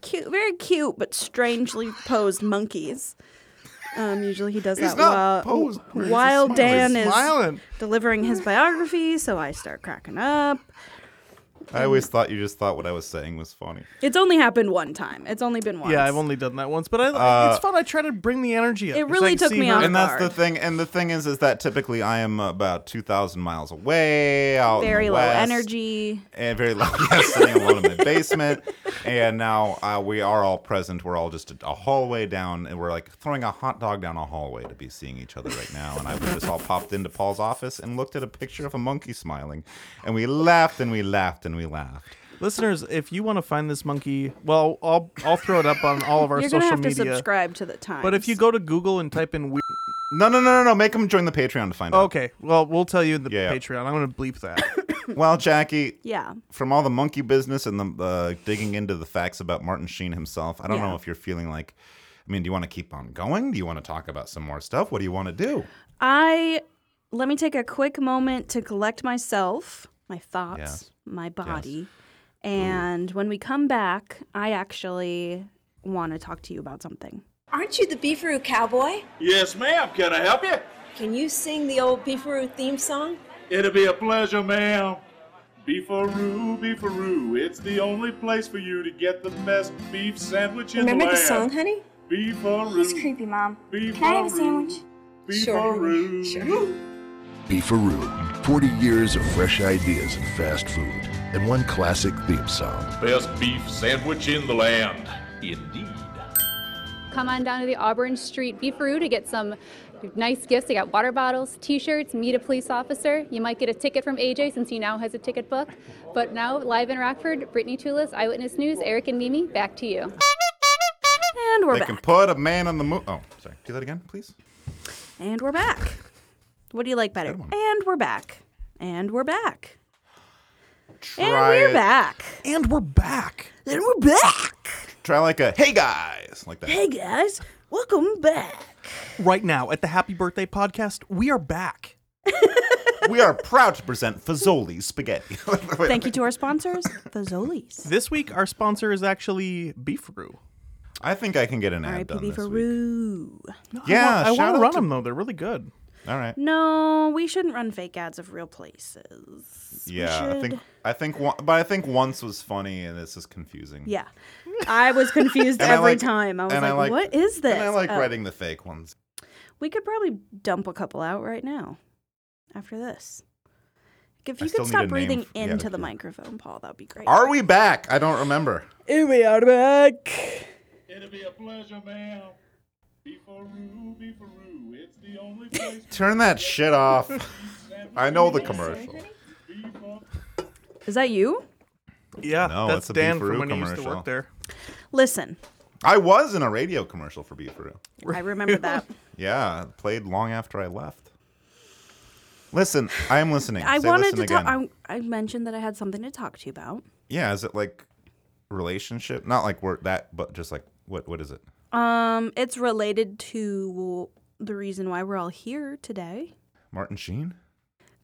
[SPEAKER 7] cute, very cute but strangely posed monkeys. Um, usually he does
[SPEAKER 6] He's
[SPEAKER 7] that
[SPEAKER 6] not
[SPEAKER 7] while
[SPEAKER 6] posed. He's
[SPEAKER 7] while
[SPEAKER 6] smiling.
[SPEAKER 7] Dan
[SPEAKER 8] He's
[SPEAKER 7] is
[SPEAKER 8] smiling.
[SPEAKER 7] delivering his biography. So I start cracking up.
[SPEAKER 6] I always thought you just thought what I was saying was funny.
[SPEAKER 7] It's only happened one time. It's only been once.
[SPEAKER 8] Yeah, I've only done that once, but I, it's fun. I try to bring the energy up.
[SPEAKER 7] It
[SPEAKER 8] so I
[SPEAKER 7] really
[SPEAKER 8] can
[SPEAKER 7] took
[SPEAKER 8] see
[SPEAKER 7] me
[SPEAKER 8] her-
[SPEAKER 7] off
[SPEAKER 6] And that's the
[SPEAKER 7] Hard.
[SPEAKER 6] thing. And the thing is, is that typically I am about two thousand miles away, out in the
[SPEAKER 7] very low
[SPEAKER 6] west,
[SPEAKER 7] energy.
[SPEAKER 6] and very low. Yeah, sitting alone in my basement. And now uh, we are all present. We're all just a, a hallway down, and we're like throwing a hot dog down a hallway to be seeing each other right now. And I we just all popped into Paul's office and looked at a picture of a monkey smiling, and we laughed and we laughed and we laughed.
[SPEAKER 8] Listeners, if you want to find this monkey, well, I'll I'll throw it up on all of our
[SPEAKER 7] You're gonna
[SPEAKER 8] social
[SPEAKER 7] have to
[SPEAKER 8] media.
[SPEAKER 7] subscribe to the time.
[SPEAKER 8] But if you go to Google and type in weird,
[SPEAKER 6] No, no, no, no, no. Make him join the Patreon to find out.
[SPEAKER 8] okay, well, we'll tell you in the
[SPEAKER 6] Yeah, yeah.
[SPEAKER 8] Patreon. I'm gonna bleep that.
[SPEAKER 6] Well, Jackie,
[SPEAKER 7] yeah,
[SPEAKER 6] from all the monkey business and the uh, digging into the facts about Martin Sheen himself, I don't
[SPEAKER 7] Yeah.
[SPEAKER 6] know if you're feeling like, I mean, do you want to keep on going? Do you want to talk about some more stuff? What do you want to do?
[SPEAKER 7] I let me take a quick moment to collect myself, my thoughts,
[SPEAKER 6] Yes.
[SPEAKER 7] my body, and when we come back, I actually want to talk to you about something.
[SPEAKER 10] Aren't you the Beefaroo cowboy?
[SPEAKER 1] Yes, ma'am. Can I help you?
[SPEAKER 10] Can you sing the old Beefaroo theme song?
[SPEAKER 1] It'll be a pleasure, ma'am. Beefaroo, Beefaroo, it's the only place for you to get the best beef sandwich in
[SPEAKER 10] Remember
[SPEAKER 1] the
[SPEAKER 10] the
[SPEAKER 1] land.
[SPEAKER 10] song, honey?
[SPEAKER 1] Beefaroo. It's creepy, Mom. Beefaroo. Can I have a sandwich? Beefaroo.
[SPEAKER 3] Beefaroo. 40 years of fresh ideas and fast food, and one classic theme song.
[SPEAKER 1] Best beef sandwich in the land. Indeed.
[SPEAKER 11] Come on down to the Auburn Street Beefaroo to get some nice gifts. They got water bottles, t-shirts, meet a police officer. You might get a ticket from AJ since he now has a ticket book. But now, live in Rockford, Brittany Tulis, Eyewitness News, Eric and Mimi, back to you.
[SPEAKER 7] And we're
[SPEAKER 6] they
[SPEAKER 7] back.
[SPEAKER 6] can put a man on the moon. Oh, sorry. Do that again, please.
[SPEAKER 7] and we're back. What do you like better? And we're back. And we're back. and
[SPEAKER 6] Try
[SPEAKER 7] we're
[SPEAKER 6] it.
[SPEAKER 7] back.
[SPEAKER 8] and we're back.
[SPEAKER 7] And we're back.
[SPEAKER 6] Try like a hey guys, like that.
[SPEAKER 7] Hey guys, welcome back.
[SPEAKER 8] Right now at the Happy Birthday podcast, we are back.
[SPEAKER 6] we are proud to present Fazoli spaghetti.
[SPEAKER 7] Thank you to our sponsors, the Zolies.
[SPEAKER 8] This week, our sponsor is actually Beefaroo.
[SPEAKER 6] I think I can get an ad
[SPEAKER 7] R.I.P.
[SPEAKER 6] done this week.
[SPEAKER 7] Beefaroo.
[SPEAKER 8] No,
[SPEAKER 6] Yeah,
[SPEAKER 8] I want, I
[SPEAKER 6] shout
[SPEAKER 8] want to
[SPEAKER 6] out
[SPEAKER 8] run
[SPEAKER 6] to-
[SPEAKER 8] them though. They're really good.
[SPEAKER 6] All right.
[SPEAKER 7] No, we shouldn't run fake ads of real places. We
[SPEAKER 6] Yeah, I
[SPEAKER 7] should-
[SPEAKER 6] think I think one, but I think once was funny and this is confusing.
[SPEAKER 7] Yeah. I was confused
[SPEAKER 6] And I
[SPEAKER 7] every
[SPEAKER 6] like-
[SPEAKER 7] time. I was
[SPEAKER 6] and
[SPEAKER 7] like, what is this?
[SPEAKER 6] And I like
[SPEAKER 7] Oh.
[SPEAKER 6] writing the fake ones.
[SPEAKER 7] We could probably dump a couple out right now after this. If
[SPEAKER 6] I still
[SPEAKER 7] you could
[SPEAKER 6] need a
[SPEAKER 7] stop
[SPEAKER 6] name
[SPEAKER 7] breathing
[SPEAKER 6] f- yeah,
[SPEAKER 7] into the
[SPEAKER 6] yeah.
[SPEAKER 7] microphone, Paul, that'd be great.
[SPEAKER 6] Are we back? I don't remember.
[SPEAKER 7] we are back.
[SPEAKER 1] It'll be a pleasure, ma'am. Beefaroo, beefaroo, it's the only place.
[SPEAKER 6] Turn that shit off. I know the commercial.
[SPEAKER 7] Is that you?
[SPEAKER 8] Yeah,
[SPEAKER 6] No,
[SPEAKER 8] that's
[SPEAKER 6] it's a
[SPEAKER 8] Dan
[SPEAKER 6] Beefaroo
[SPEAKER 8] from when he used to
[SPEAKER 6] commercial.
[SPEAKER 8] work there.
[SPEAKER 7] Listen,
[SPEAKER 6] I was in a radio commercial for Beefaroo.
[SPEAKER 7] I remember that.
[SPEAKER 6] Yeah, it played long after I left. Listen, I am listening.
[SPEAKER 7] I
[SPEAKER 6] Say
[SPEAKER 7] wanted
[SPEAKER 6] listen
[SPEAKER 7] to
[SPEAKER 6] again.
[SPEAKER 7] talk. I, I mentioned that I had something to talk to you about.
[SPEAKER 6] Yeah, is it like relationship? Not like work that, but just like what? What is it?
[SPEAKER 7] Um, it's related to the reason why we're all here today.
[SPEAKER 6] Martin Sheen.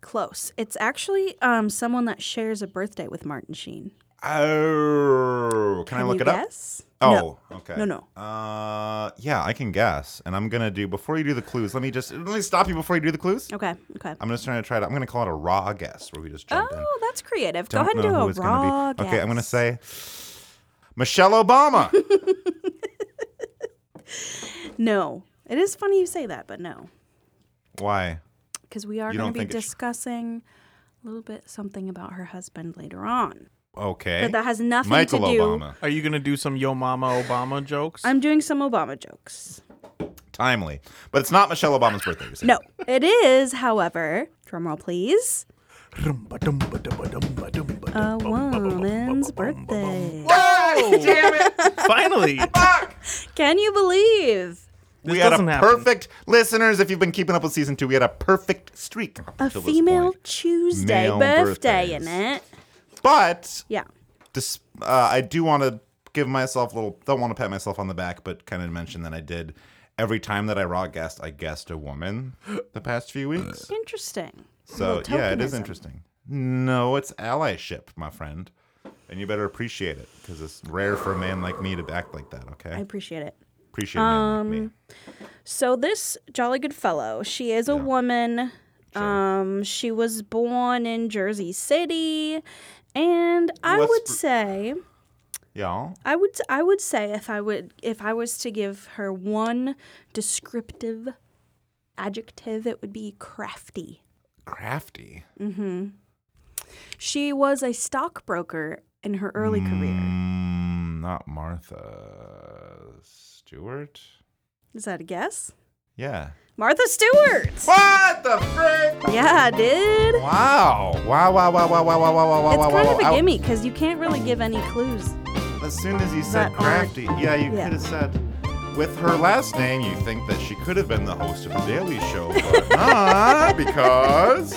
[SPEAKER 7] Close. It's actually um someone that shares a birthday with Martin Sheen.
[SPEAKER 6] Oh, can, I
[SPEAKER 7] Can
[SPEAKER 6] look
[SPEAKER 7] you
[SPEAKER 6] it
[SPEAKER 7] guess?
[SPEAKER 6] up?
[SPEAKER 7] No.
[SPEAKER 6] Oh, okay.
[SPEAKER 7] No, no.
[SPEAKER 6] Uh, yeah, I can guess, and I'm gonna do before you do the clues. Let me just let me stop you before you do the clues.
[SPEAKER 7] Okay. Okay.
[SPEAKER 6] I'm just trying to try it. I'm gonna call it a raw guess where we just jump in.
[SPEAKER 7] Oh, that's creative.
[SPEAKER 6] Don't
[SPEAKER 7] Go ahead and
[SPEAKER 6] know
[SPEAKER 7] do
[SPEAKER 6] who
[SPEAKER 7] a
[SPEAKER 6] it's gonna be.
[SPEAKER 7] raw guess.
[SPEAKER 6] Okay, I'm gonna say Michelle Obama.
[SPEAKER 7] No. It is funny you say that, but no.
[SPEAKER 6] Why?
[SPEAKER 7] Because we are
[SPEAKER 6] You
[SPEAKER 7] going
[SPEAKER 6] don't
[SPEAKER 7] to be
[SPEAKER 6] think it's-
[SPEAKER 7] discussing a little bit something about her husband later on.
[SPEAKER 6] Okay.
[SPEAKER 7] But that has nothing to
[SPEAKER 8] Michael
[SPEAKER 7] do-
[SPEAKER 8] Obama. Are you gonna do some Yo Mama Obama jokes?
[SPEAKER 7] I'm doing some Obama jokes.
[SPEAKER 6] Timely, but it's not Michelle Obama's birthday. you said.
[SPEAKER 7] No, it is, however, drumroll please, a woman's birthday.
[SPEAKER 6] Whoa! Damn
[SPEAKER 8] it! Finally.
[SPEAKER 7] Can you believe?
[SPEAKER 6] we had a
[SPEAKER 8] doesn't happen.
[SPEAKER 6] perfect listeners. If you've been keeping up with season two, we had a perfect streak. up
[SPEAKER 7] A
[SPEAKER 6] until this
[SPEAKER 7] female
[SPEAKER 6] point.
[SPEAKER 7] Tuesday
[SPEAKER 6] Male
[SPEAKER 7] birthday in it.
[SPEAKER 6] But
[SPEAKER 7] Yeah.
[SPEAKER 6] Dis- uh, I do want to give myself a little. Don't want to pat myself on the back, but kind of mention that I did. Every time that I raw guessed, I guessed a woman the past few weeks.
[SPEAKER 7] Interesting.
[SPEAKER 6] So
[SPEAKER 7] Little
[SPEAKER 6] yeah, it is
[SPEAKER 7] tokenism.
[SPEAKER 6] interesting. No, it's allyship, my friend, and you better appreciate it because it's rare for a man like me to act like that. Okay,
[SPEAKER 7] I Um, appreciate it.
[SPEAKER 6] appreciate a man like me.
[SPEAKER 7] So this jolly good fellow, she is a woman. Um, she was born in Jersey City, and I
[SPEAKER 6] West
[SPEAKER 7] would
[SPEAKER 6] Br-
[SPEAKER 7] say,
[SPEAKER 6] Y'all,
[SPEAKER 7] I would, I would say, if I would, if I was to give her one descriptive adjective, it would be crafty.
[SPEAKER 6] crafty.
[SPEAKER 7] Mm-hmm. She was a stockbroker in her early career.
[SPEAKER 6] Mm, not Martha Stewart.
[SPEAKER 7] Is that a guess?
[SPEAKER 6] Yeah.
[SPEAKER 7] Martha Stewart.
[SPEAKER 6] What the frick?
[SPEAKER 7] Yeah, dude.
[SPEAKER 6] Wow! Wow! Wow! Wow! Wow! Wow! Wow! Wow! Wow! Wow!
[SPEAKER 7] It's
[SPEAKER 6] Wow!
[SPEAKER 7] kind
[SPEAKER 6] Wow!
[SPEAKER 7] of a
[SPEAKER 6] Wow!
[SPEAKER 7] gimme because you can't really give any clues.
[SPEAKER 6] As soon as you said
[SPEAKER 7] that aren't-
[SPEAKER 6] crafty, yeah, you
[SPEAKER 7] yeah.
[SPEAKER 6] could have said. With her last name, you think that she could have been the host of the Daily Show, but not because.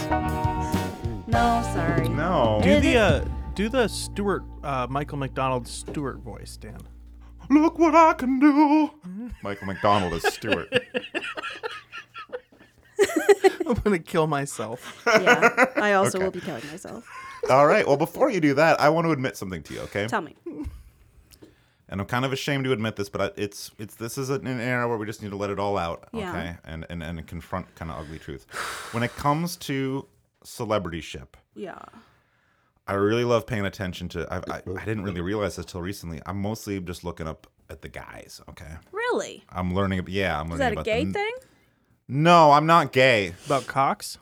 [SPEAKER 7] No, sorry.
[SPEAKER 6] No.
[SPEAKER 8] Do the uh, do the Stewart uh, Michael McDonald Stewart voice, Dan.
[SPEAKER 6] Look what I can do. Michael McDonald is Stewart.
[SPEAKER 8] I'm gonna kill myself.
[SPEAKER 7] Yeah, I also
[SPEAKER 6] Okay.
[SPEAKER 7] will be killing myself.
[SPEAKER 6] All right. Well, before you do that, I want to admit something to you, okay?
[SPEAKER 7] Tell me.
[SPEAKER 6] and I'm kind of ashamed to admit this, but I, it's it's this is an era where we just need to let it all out,
[SPEAKER 7] Yeah.
[SPEAKER 6] okay, and and and confront kind of ugly truth. When it comes to celebrity ship,
[SPEAKER 7] Yeah.
[SPEAKER 6] I really love paying attention to. I, I I didn't really realize this till recently. I'm mostly just looking up at the guys, okay.
[SPEAKER 7] Really?
[SPEAKER 6] I'm learning. Yeah, I'm learning
[SPEAKER 7] Is that a
[SPEAKER 6] about
[SPEAKER 7] gay
[SPEAKER 6] the-
[SPEAKER 7] thing?
[SPEAKER 6] No, I'm not gay.
[SPEAKER 8] About cocks?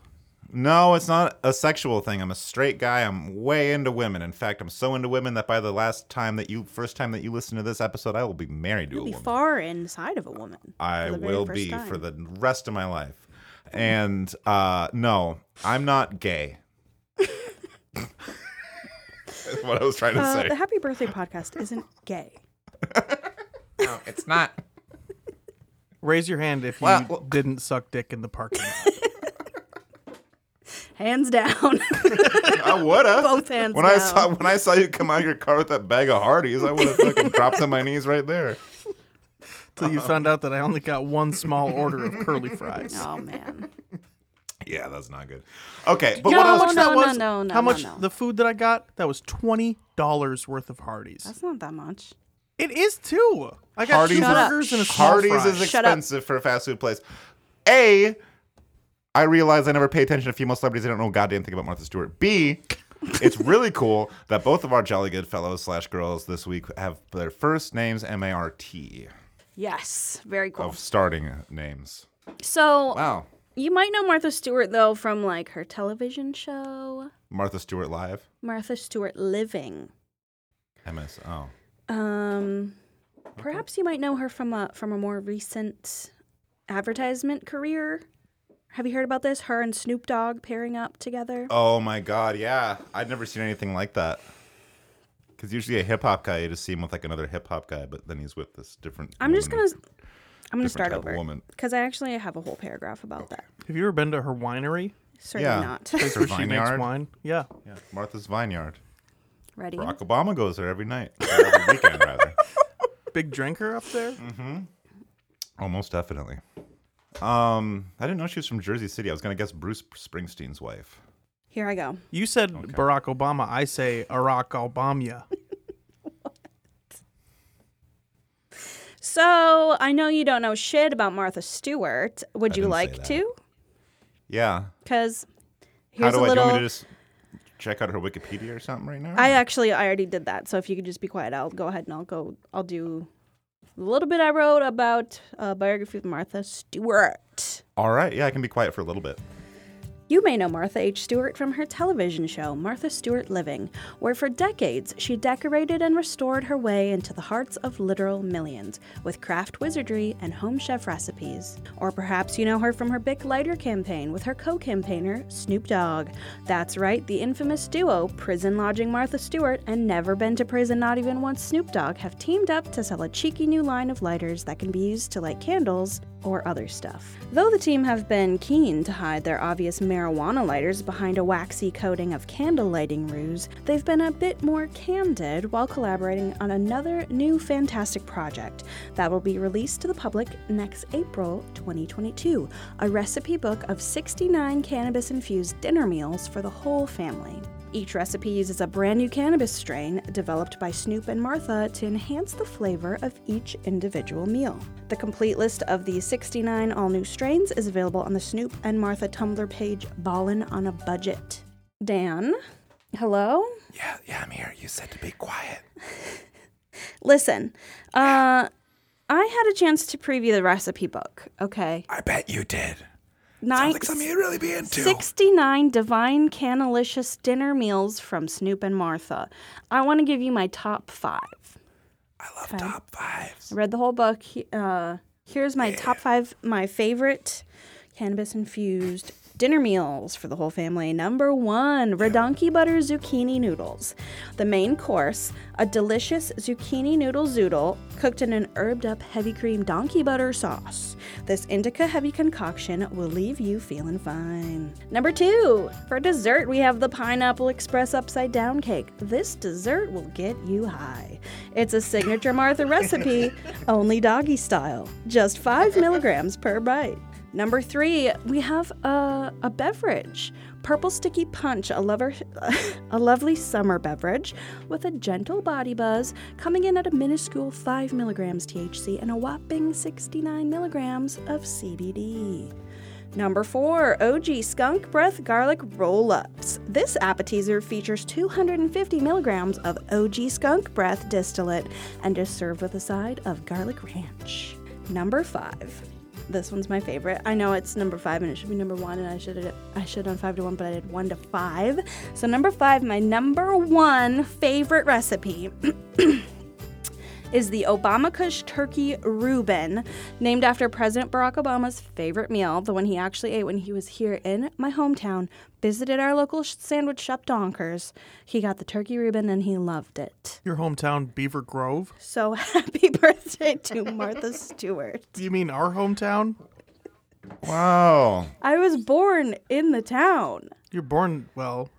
[SPEAKER 6] No, it's not a sexual thing. I'm a straight guy. I'm way into women. In fact, I'm so into women that by the last time that you, first time that you listen to this episode, I will be married to
[SPEAKER 7] You'll
[SPEAKER 6] a
[SPEAKER 7] be
[SPEAKER 6] woman.
[SPEAKER 7] far inside of a woman.
[SPEAKER 6] I
[SPEAKER 7] for the very
[SPEAKER 6] will
[SPEAKER 7] first
[SPEAKER 6] be
[SPEAKER 7] time.
[SPEAKER 6] for the rest of my life. And uh, no, I'm not gay. That's what I was trying to
[SPEAKER 7] Uh,
[SPEAKER 6] say.
[SPEAKER 7] the Happy Birthday podcast isn't gay.
[SPEAKER 6] no, it's not.
[SPEAKER 8] Raise your hand if you
[SPEAKER 6] Well, well-
[SPEAKER 8] didn't suck dick in the parking lot.
[SPEAKER 7] Hands down.
[SPEAKER 6] I woulda.
[SPEAKER 7] Both hands
[SPEAKER 6] When I
[SPEAKER 7] down.
[SPEAKER 6] saw when I saw you come out of your car with that bag of Hardee's, I would have fucking dropped on my knees right there.
[SPEAKER 8] Till you found out that I only got one small order of curly fries.
[SPEAKER 7] oh man.
[SPEAKER 6] Yeah, that's not good. Okay, but
[SPEAKER 7] No,
[SPEAKER 6] what else?
[SPEAKER 7] no,
[SPEAKER 8] that
[SPEAKER 7] no,
[SPEAKER 8] was?
[SPEAKER 7] no, no,
[SPEAKER 8] How
[SPEAKER 7] no,
[SPEAKER 8] much
[SPEAKER 7] no.
[SPEAKER 8] the food that I got? That was twenty dollars worth of Hardee's.
[SPEAKER 7] That's not that much.
[SPEAKER 8] It is too. I got
[SPEAKER 6] Hardee's
[SPEAKER 8] two
[SPEAKER 6] is-
[SPEAKER 8] burgers and a small
[SPEAKER 6] Hardee's
[SPEAKER 8] fry.
[SPEAKER 6] is
[SPEAKER 7] Shut up.
[SPEAKER 6] expensive for a fast food place. A, I realize I never pay attention to female celebrities. I don't know a goddamn thing about Martha Stewart. B, it's really cool that both of our jolly good fellows slash girls this week have their first names M A R T
[SPEAKER 7] Yes, very cool.
[SPEAKER 6] of starting names.
[SPEAKER 7] So
[SPEAKER 6] Oh, Wow.
[SPEAKER 7] you might know Martha Stewart though from like her television show
[SPEAKER 6] Martha Stewart Live.
[SPEAKER 7] Martha Stewart Living.
[SPEAKER 6] MS. Oh.
[SPEAKER 7] Um, perhaps you might know her from a from a more recent advertisement career. Have you heard about this? Her and Snoop Dogg pairing up together.
[SPEAKER 6] Oh my god, yeah. I'd never seen anything like that. Because usually a hip hop guy, you just see him with like another hip hop guy, but then he's with this different.
[SPEAKER 7] I'm just gonna
[SPEAKER 6] woman.
[SPEAKER 7] I'm gonna
[SPEAKER 6] different
[SPEAKER 7] start
[SPEAKER 6] type of
[SPEAKER 7] over
[SPEAKER 6] woman.
[SPEAKER 7] because I actually have a whole paragraph about that.
[SPEAKER 8] Have you ever been to her winery?
[SPEAKER 7] Certainly Yeah. not.
[SPEAKER 8] Place
[SPEAKER 6] Her
[SPEAKER 8] where she makes
[SPEAKER 6] vineyard?
[SPEAKER 8] wine. Yeah.
[SPEAKER 6] Yeah. Martha's Vineyard.
[SPEAKER 7] Ready?
[SPEAKER 6] Barack Obama goes there every night, or every weekend rather.
[SPEAKER 8] Big drinker up there.
[SPEAKER 6] Mm.
[SPEAKER 8] Mm-hmm.
[SPEAKER 6] Almost definitely. Um, I didn't know she was from Jersey City. I was gonna guess Bruce Springsteen's wife.
[SPEAKER 7] Here I go.
[SPEAKER 8] You said Barack Obama. I say Barack Obama.
[SPEAKER 7] So I know you don't know shit about Martha Stewart. Would you like to?
[SPEAKER 6] Yeah.
[SPEAKER 7] Because
[SPEAKER 6] How
[SPEAKER 7] here's
[SPEAKER 6] do
[SPEAKER 7] a
[SPEAKER 6] I do you
[SPEAKER 7] little.
[SPEAKER 6] want me to just check out her Wikipedia or something right now?
[SPEAKER 7] I actually I already did that. So if you could just be quiet, I'll go ahead and I'll go. I'll do a little bit I wrote about uh, biography of Martha Stewart.
[SPEAKER 6] All right. Yeah, I can be quiet for a little bit.
[SPEAKER 7] You may know Martha H. Stewart from her television show, Martha Stewart Living, where for decades she decorated and restored her way into the hearts of literal millions with craft wizardry and home chef recipes. Or perhaps you know her from her Bic Lighter campaign with her co campaigner, Snoop Dogg. That's right, the infamous duo, prison lodging Martha Stewart and never been to prison, not even once Snoop Dogg, have teamed up to sell a cheeky new line of lighters that can be used to light candles or other stuff. Though the team have been keen to hide their obvious marijuana lighters behind a waxy coating of candle lighting ruse, they've been a bit more candid while collaborating on another new fantastic project that will be released to the public next April 2022 a recipe book of 69 cannabis infused dinner meals for the whole family. Each recipe uses a brand new cannabis strain developed by Snoop and Martha to enhance the flavor of each individual meal. The complete list of the 69 all new strains is available on the Snoop and Martha Tumblr page Ballin' on a Budget. Dan, hello?
[SPEAKER 6] Yeah, yeah, I'm here. You said to be quiet.
[SPEAKER 7] Listen, uh, I had a chance to preview the recipe book, okay?
[SPEAKER 6] I bet you did.
[SPEAKER 7] Nine,
[SPEAKER 6] like something you'd really be into.
[SPEAKER 7] 69 Divine Canalicious Dinner Meals from Snoop and Martha. I want to give you my top five. I love top
[SPEAKER 6] fives.
[SPEAKER 7] I read the whole book. He- Uh, here's my top five, my favorite cannabis infused dinner meals for the whole family. Number one, radonki butter zucchini noodles. The main course, a delicious zucchini noodle zoodle cooked in an herbed up heavy cream donkey butter sauce. This indica heavy concoction will leave you feeling fine. Number two, for dessert, we have the Pineapple Express Upside Down Cake. This dessert will get you high. It's a signature Martha recipe, only doggy style, just five milligrams per bite. Number three, we have a, a beverage. Purple Sticky Punch, a, lover, a lovely summer beverage with a gentle body buzz, coming in at a minuscule 5 milligrams THC and a whopping 69 milligrams of CBD. Number four, OG Skunk Breath Garlic Roll Ups. This appetizer features 250 milligrams of OG Skunk Breath distillate and is served with a side of garlic ranch. Number five, this one's my favorite. I know it's number five and it should be number one, and I should have I should have done five to one, but I did one to five. So number five, my number one favorite recipe is the Obama Kush Turkey Reuben, named after President Barack Obama's favorite meal, the one he actually ate when he was here in my hometown, visited our local sh- sandwich shop Donkers. He got the turkey Reuben and he loved it.
[SPEAKER 8] Your hometown, Beaver Grove.
[SPEAKER 7] So happy birthday to Martha Stewart.
[SPEAKER 8] Do you mean our hometown?
[SPEAKER 6] Wow.
[SPEAKER 7] I was born in the town,
[SPEAKER 8] You're born well.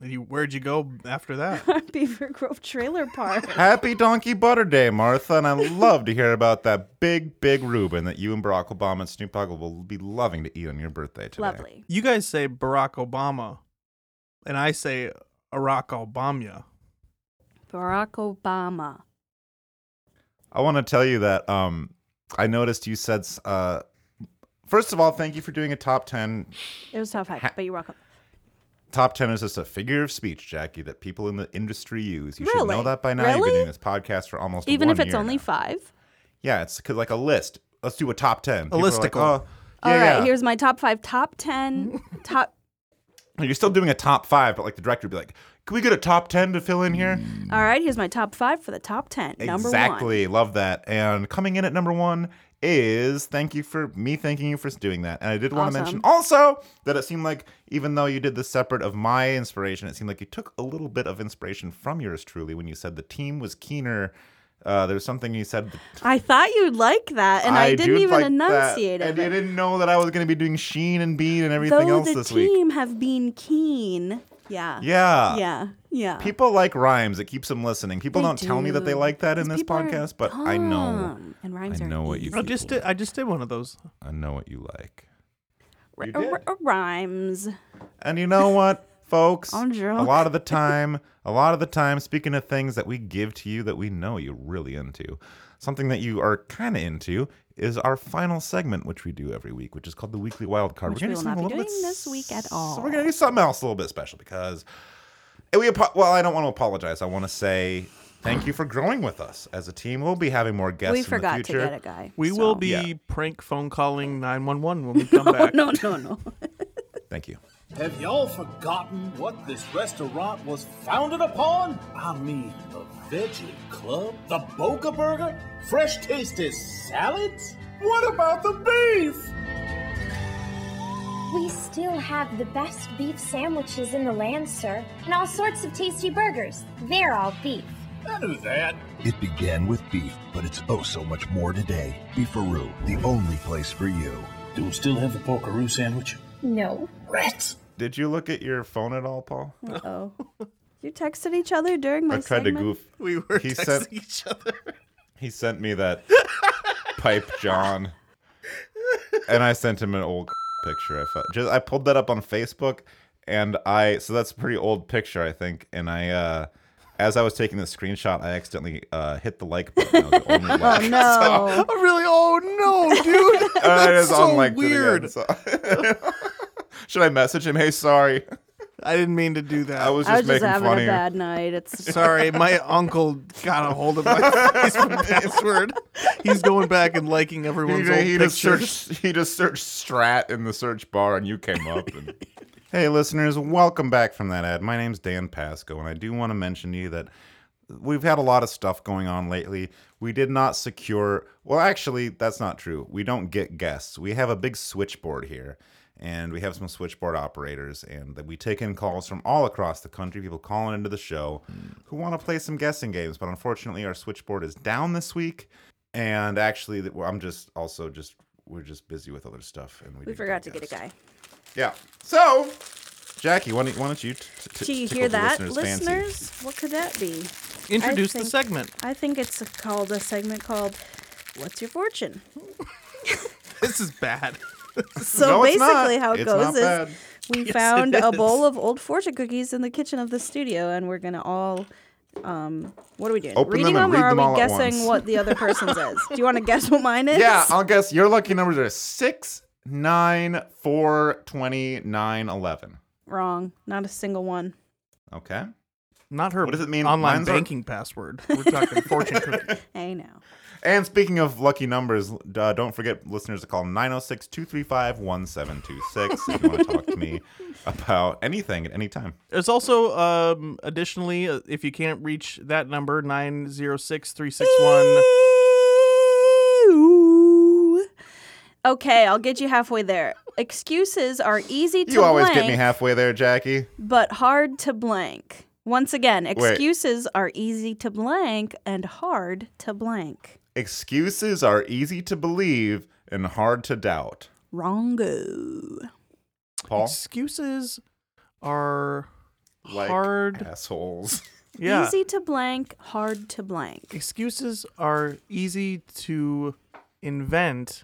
[SPEAKER 8] You, where'd you go after that?
[SPEAKER 7] Beaver Grove Trailer Park.
[SPEAKER 6] Happy Donkey Butter Day, Martha, and I love to hear about that big, big Reuben that you and Barack Obama and Snoop Dogg will be loving to eat on your birthday today.
[SPEAKER 7] Lovely.
[SPEAKER 8] You guys say Barack Obama, and I say Barack Obama.
[SPEAKER 7] Barack Obama.
[SPEAKER 6] I want to tell you that um, I noticed you said uh, First of all, thank you for doing a top 10.
[SPEAKER 7] It was tough, hack, but you're welcome.
[SPEAKER 6] Top 10 is just a figure of speech, Jackie, that people in the industry use. You should know
[SPEAKER 7] Really?
[SPEAKER 6] that by now. You've been
[SPEAKER 7] Really?
[SPEAKER 6] doing this podcast for almost
[SPEAKER 7] Even if
[SPEAKER 6] one
[SPEAKER 7] it's
[SPEAKER 6] year
[SPEAKER 7] only five.
[SPEAKER 6] Yeah, it's 'cause like a list. Let's do a top 10. People are like,
[SPEAKER 8] listicle.
[SPEAKER 6] oh, yeah,
[SPEAKER 7] All right,
[SPEAKER 6] yeah.
[SPEAKER 7] here's my top five, top ten, top.
[SPEAKER 6] You're still doing a top five, but like the director would be like, can we get a top 10 to fill in here?
[SPEAKER 7] All right, here's my top five for the top ten. Number one.
[SPEAKER 6] exactly. Love that. And coming in at number one is thank you for me thanking you for doing that. And I did want to mention also that it seemed like even though you did this separate of my inspiration, it seemed like you took a little bit of inspiration from yours truly when you said the team was keener. Uh, there was something you said.
[SPEAKER 7] I thought you'd like that, and I,
[SPEAKER 6] do
[SPEAKER 7] didn't even
[SPEAKER 6] like that,
[SPEAKER 7] enunciate it.
[SPEAKER 6] And you didn't know that I was going to be doing Sheen and Bean and everything
[SPEAKER 7] Though
[SPEAKER 6] else
[SPEAKER 7] the
[SPEAKER 6] this week.
[SPEAKER 7] team have been keen. Yeah.
[SPEAKER 6] Yeah.
[SPEAKER 7] Yeah. Yeah.
[SPEAKER 6] People like rhymes. It keeps them listening. People
[SPEAKER 7] They
[SPEAKER 6] don't tell me that they
[SPEAKER 7] do.
[SPEAKER 6] like that in
[SPEAKER 7] These
[SPEAKER 6] this
[SPEAKER 7] people are
[SPEAKER 6] podcast, but I know.
[SPEAKER 7] dumb, and rhymes
[SPEAKER 6] I
[SPEAKER 7] are
[SPEAKER 6] know what you
[SPEAKER 8] I just
[SPEAKER 6] people
[SPEAKER 8] did. I just did one of those.
[SPEAKER 6] I know what you like.
[SPEAKER 7] R- uh,
[SPEAKER 6] You
[SPEAKER 7] r- r- rhymes.
[SPEAKER 6] And you know what, folks?
[SPEAKER 7] I'm drunk.
[SPEAKER 6] A lot of the time, a lot of the time, speaking of things that we give to you that we know you're really into, something that you are kind of into is our final segment, which we do every week, which is called the Weekly Wild Card.
[SPEAKER 7] Which
[SPEAKER 6] We're
[SPEAKER 7] we
[SPEAKER 6] gonna
[SPEAKER 7] will
[SPEAKER 6] do something a
[SPEAKER 7] not be
[SPEAKER 6] little bit
[SPEAKER 7] doing this week at all.
[SPEAKER 6] So we're gonna do something else a little bit special because and we apo- well, I don't want to apologize. I want to say thank you for growing with us as a team. We'll be having more guests.
[SPEAKER 7] We
[SPEAKER 6] in the
[SPEAKER 7] forgot to
[SPEAKER 6] future.
[SPEAKER 7] get a guy,
[SPEAKER 8] We
[SPEAKER 7] so-
[SPEAKER 8] will be
[SPEAKER 6] Yeah.
[SPEAKER 8] prank phone calling nine one one when we come back.
[SPEAKER 7] Oh, No, no, no.
[SPEAKER 6] Thank you.
[SPEAKER 1] Have y'all forgotten what this restaurant was founded upon? I mean, the Veggie Club, the Boca Burger, fresh tasted salads? What about the beef?
[SPEAKER 12] We still have the best beef sandwiches in the land, sir, and all sorts of tasty burgers. They're all beef.
[SPEAKER 1] I knew that.
[SPEAKER 3] It began with beef, but it's oh so much more today. Beefaroo, the only place for you.
[SPEAKER 1] Do we still have the porkaroo sandwich?
[SPEAKER 12] No.
[SPEAKER 1] Rats.
[SPEAKER 6] Did you look at your phone at all, Paul?
[SPEAKER 7] Oh. You texted each other during my
[SPEAKER 6] I tried to
[SPEAKER 7] segment?
[SPEAKER 6] goof.
[SPEAKER 8] We were
[SPEAKER 6] He
[SPEAKER 8] texting
[SPEAKER 6] sent-
[SPEAKER 8] each other.
[SPEAKER 6] He sent me that pipe John, and I sent him an old picture. I felt just I pulled that up on Facebook, and I so that's a pretty old picture I think. And I, uh, as I was taking the screenshot, I accidentally uh, hit the like button. I was the only like.
[SPEAKER 7] Oh no.
[SPEAKER 8] I'm really. Oh no, dude.
[SPEAKER 6] And I
[SPEAKER 8] That's
[SPEAKER 6] just
[SPEAKER 8] so
[SPEAKER 6] unliked it again,
[SPEAKER 8] weird.
[SPEAKER 6] so- Should I message him? Hey, sorry,
[SPEAKER 8] I didn't mean to do that.
[SPEAKER 6] I was just
[SPEAKER 7] I was just
[SPEAKER 6] making
[SPEAKER 7] having
[SPEAKER 6] fun of
[SPEAKER 7] a
[SPEAKER 6] you.
[SPEAKER 7] bad night. It's
[SPEAKER 8] Sorry, my uncle got a hold of my Facebook password. He's going back and liking
[SPEAKER 6] He,
[SPEAKER 8] everyone's old
[SPEAKER 6] he just
[SPEAKER 8] pictures.
[SPEAKER 6] searched. He just searched Strat in the search bar, and you came up. And... hey, listeners, welcome back from that ad. My name's Dan Pasco, and I do want to mention to you that we've had a lot of stuff going on lately. We did not secure. Well, actually, that's not true. We don't get guests. We have a big switchboard here. And we have some switchboard operators, and that we take in calls from all across the country. People calling into the show who want to play some guessing games, but unfortunately, our switchboard is down this week and actually that- i'm just also just we're just busy with other stuff and we,
[SPEAKER 7] we
[SPEAKER 6] didn't
[SPEAKER 7] forgot to
[SPEAKER 6] a
[SPEAKER 7] get a
[SPEAKER 6] guest.
[SPEAKER 7] guy.
[SPEAKER 6] yeah so jackie why don't, why don't you t- t-
[SPEAKER 7] Do you
[SPEAKER 6] tickle
[SPEAKER 7] hear
[SPEAKER 6] the
[SPEAKER 7] that,
[SPEAKER 6] listeners, fancy?
[SPEAKER 7] listeners? What could that be?
[SPEAKER 8] Introduce the
[SPEAKER 7] think-
[SPEAKER 8] segment.
[SPEAKER 7] I think it's called a segment called "What's Your Fortune."
[SPEAKER 8] This is bad.
[SPEAKER 7] So
[SPEAKER 6] No, it's not.
[SPEAKER 7] basically, how it
[SPEAKER 6] It's
[SPEAKER 7] goes
[SPEAKER 6] not
[SPEAKER 7] is
[SPEAKER 6] bad.
[SPEAKER 7] we
[SPEAKER 8] Yes,
[SPEAKER 7] found
[SPEAKER 8] it
[SPEAKER 7] a
[SPEAKER 8] is.
[SPEAKER 7] bowl of old fortune cookies in the kitchen of the studio, and we're gonna all. Um, what are we doing?
[SPEAKER 6] Open
[SPEAKER 7] Reading
[SPEAKER 6] them and
[SPEAKER 7] them,
[SPEAKER 6] read
[SPEAKER 7] or are
[SPEAKER 6] them all
[SPEAKER 7] we
[SPEAKER 6] at
[SPEAKER 7] guessing
[SPEAKER 6] once.
[SPEAKER 7] what the other person's is? Do you want to guess what mine is?
[SPEAKER 6] yeah i'll guess your lucky numbers are 6 9 4 20 9 11
[SPEAKER 7] Wrong. Not a single one.
[SPEAKER 6] okay
[SPEAKER 8] Not her.
[SPEAKER 6] What does it mean?
[SPEAKER 8] Online
[SPEAKER 6] Mine's are-
[SPEAKER 8] banking password. We're talking fortune cookie.
[SPEAKER 7] I know.
[SPEAKER 6] and speaking of lucky numbers uh, don't forget listeners to call 906-235-1726 if you want to talk to me about anything at any time
[SPEAKER 8] There's also, um, additionally, uh, if you can't reach that number, nine zero six three six one.
[SPEAKER 7] Ooh. Okay, I'll get you halfway there. Excuses are easy to
[SPEAKER 6] you always
[SPEAKER 7] blank,
[SPEAKER 6] get me halfway there jackie
[SPEAKER 7] but hard to blank. Once again,
[SPEAKER 6] Wait.
[SPEAKER 7] excuses are easy to blank and hard to blank.
[SPEAKER 6] Excuses are easy to believe and hard to doubt.
[SPEAKER 7] Wrongo.
[SPEAKER 6] Paul,
[SPEAKER 8] Excuses are
[SPEAKER 6] like
[SPEAKER 8] hard.
[SPEAKER 6] assholes.
[SPEAKER 8] Yeah.
[SPEAKER 7] Easy to blank, hard to blank.
[SPEAKER 8] Excuses are easy to invent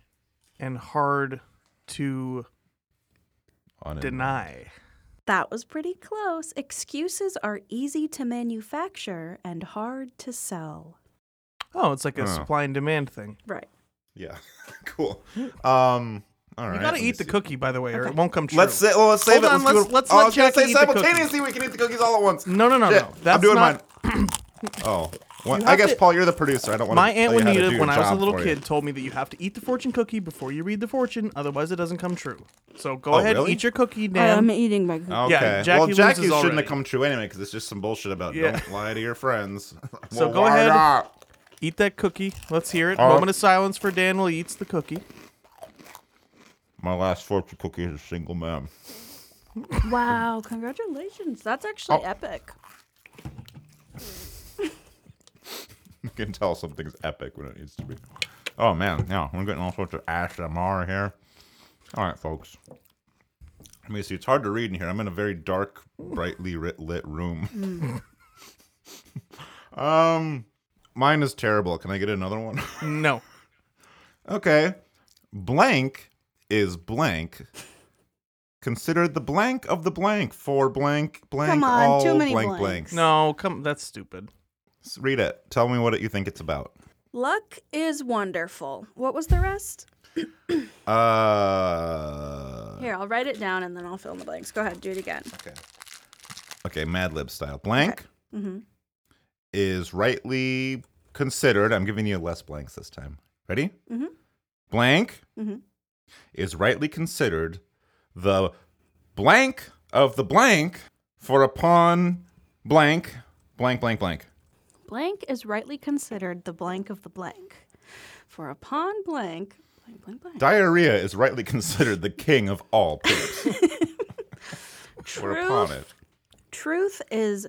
[SPEAKER 8] and hard to
[SPEAKER 6] On
[SPEAKER 8] deny.
[SPEAKER 7] That was pretty close. Excuses are easy to manufacture and hard to sell.
[SPEAKER 8] Oh, it's like a
[SPEAKER 6] Huh.
[SPEAKER 8] supply and demand thing.
[SPEAKER 7] Right.
[SPEAKER 6] Yeah, cool. Um, All right.
[SPEAKER 8] You gotta eat the cookie, by the way, or it won't come true.
[SPEAKER 6] Let's say, well, let's save
[SPEAKER 8] Hold
[SPEAKER 6] it.
[SPEAKER 8] on,
[SPEAKER 6] let's, do
[SPEAKER 8] let's
[SPEAKER 6] it.
[SPEAKER 8] let's
[SPEAKER 6] Oh, I
[SPEAKER 8] let
[SPEAKER 6] was gonna
[SPEAKER 8] Jackie
[SPEAKER 6] say
[SPEAKER 8] eat the cookie.
[SPEAKER 6] simultaneously we can eat the cookies all at once.
[SPEAKER 8] No, no, no,
[SPEAKER 6] Shit,
[SPEAKER 8] no. That's
[SPEAKER 6] I'm doing
[SPEAKER 8] not-
[SPEAKER 6] mine. oh, Well,
[SPEAKER 8] You
[SPEAKER 6] I
[SPEAKER 8] have
[SPEAKER 6] guess
[SPEAKER 8] to-
[SPEAKER 6] Paul, you're the producer. I don't want
[SPEAKER 8] My
[SPEAKER 6] to
[SPEAKER 8] aunt
[SPEAKER 6] tell you how to do
[SPEAKER 8] Juanita,
[SPEAKER 6] your
[SPEAKER 8] when I was a
[SPEAKER 6] job
[SPEAKER 8] little
[SPEAKER 6] for you.
[SPEAKER 8] kid, told me that you have to eat the fortune cookie before you read the fortune, otherwise it doesn't come true. So go
[SPEAKER 6] Oh,
[SPEAKER 8] ahead,
[SPEAKER 6] really?
[SPEAKER 8] eat your cookie, Dan.
[SPEAKER 7] I'm eating my.
[SPEAKER 6] Okay.
[SPEAKER 8] Yeah, Jackie
[SPEAKER 6] well,
[SPEAKER 8] loses
[SPEAKER 6] Jackie shouldn't
[SPEAKER 8] already.
[SPEAKER 6] have come true anyway because it's just some bullshit about
[SPEAKER 8] Yeah.
[SPEAKER 6] don't lie to your friends.
[SPEAKER 8] So
[SPEAKER 6] Well,
[SPEAKER 8] go
[SPEAKER 6] why
[SPEAKER 8] ahead,
[SPEAKER 6] not?
[SPEAKER 8] eat that cookie. Let's hear it.
[SPEAKER 6] Uh,
[SPEAKER 8] Moment of silence for Dan while he eats the cookie.
[SPEAKER 6] My last fortune cookie is a single man.
[SPEAKER 7] Wow! Congratulations. That's
[SPEAKER 6] Oh.
[SPEAKER 7] actually epic.
[SPEAKER 6] You can tell something's epic when it needs to be. Oh man, yeah, we're getting all sorts of ASMR here. All right, folks. Let me see. It's hard to read in here. I'm in a very dark, brightly lit, lit room.
[SPEAKER 8] Hmm.
[SPEAKER 6] um, mine is terrible. Can I get another one?
[SPEAKER 8] No.
[SPEAKER 6] okay. Blank is blank. Considered the blank of the blank for blank blank
[SPEAKER 8] Come on,
[SPEAKER 6] all
[SPEAKER 8] too many
[SPEAKER 6] blank
[SPEAKER 8] blanks.
[SPEAKER 6] blanks.
[SPEAKER 8] No, come. That's stupid.
[SPEAKER 6] S- Read it. Tell me what it- you think it's about.
[SPEAKER 7] Luck is wonderful. What was the rest?
[SPEAKER 6] Uh,
[SPEAKER 7] Here, I'll write it down and then I'll fill in the blanks. Go ahead, do it again.
[SPEAKER 6] Okay. okay, Mad Lib style. Blank
[SPEAKER 7] Mm-hmm.
[SPEAKER 6] is rightly considered. I'm giving you less blanks this time. Ready?
[SPEAKER 7] Mm-hmm.
[SPEAKER 6] Blank
[SPEAKER 7] Mm-hmm.
[SPEAKER 6] is rightly considered the blank of the blank for upon blank, blank, blank, blank.
[SPEAKER 7] Blank is rightly considered the blank of the blank. For upon blank, blank, blank, blank.
[SPEAKER 6] Diarrhea is rightly considered the king of all poops. for upon
[SPEAKER 7] Truth.
[SPEAKER 6] it.
[SPEAKER 7] Truth is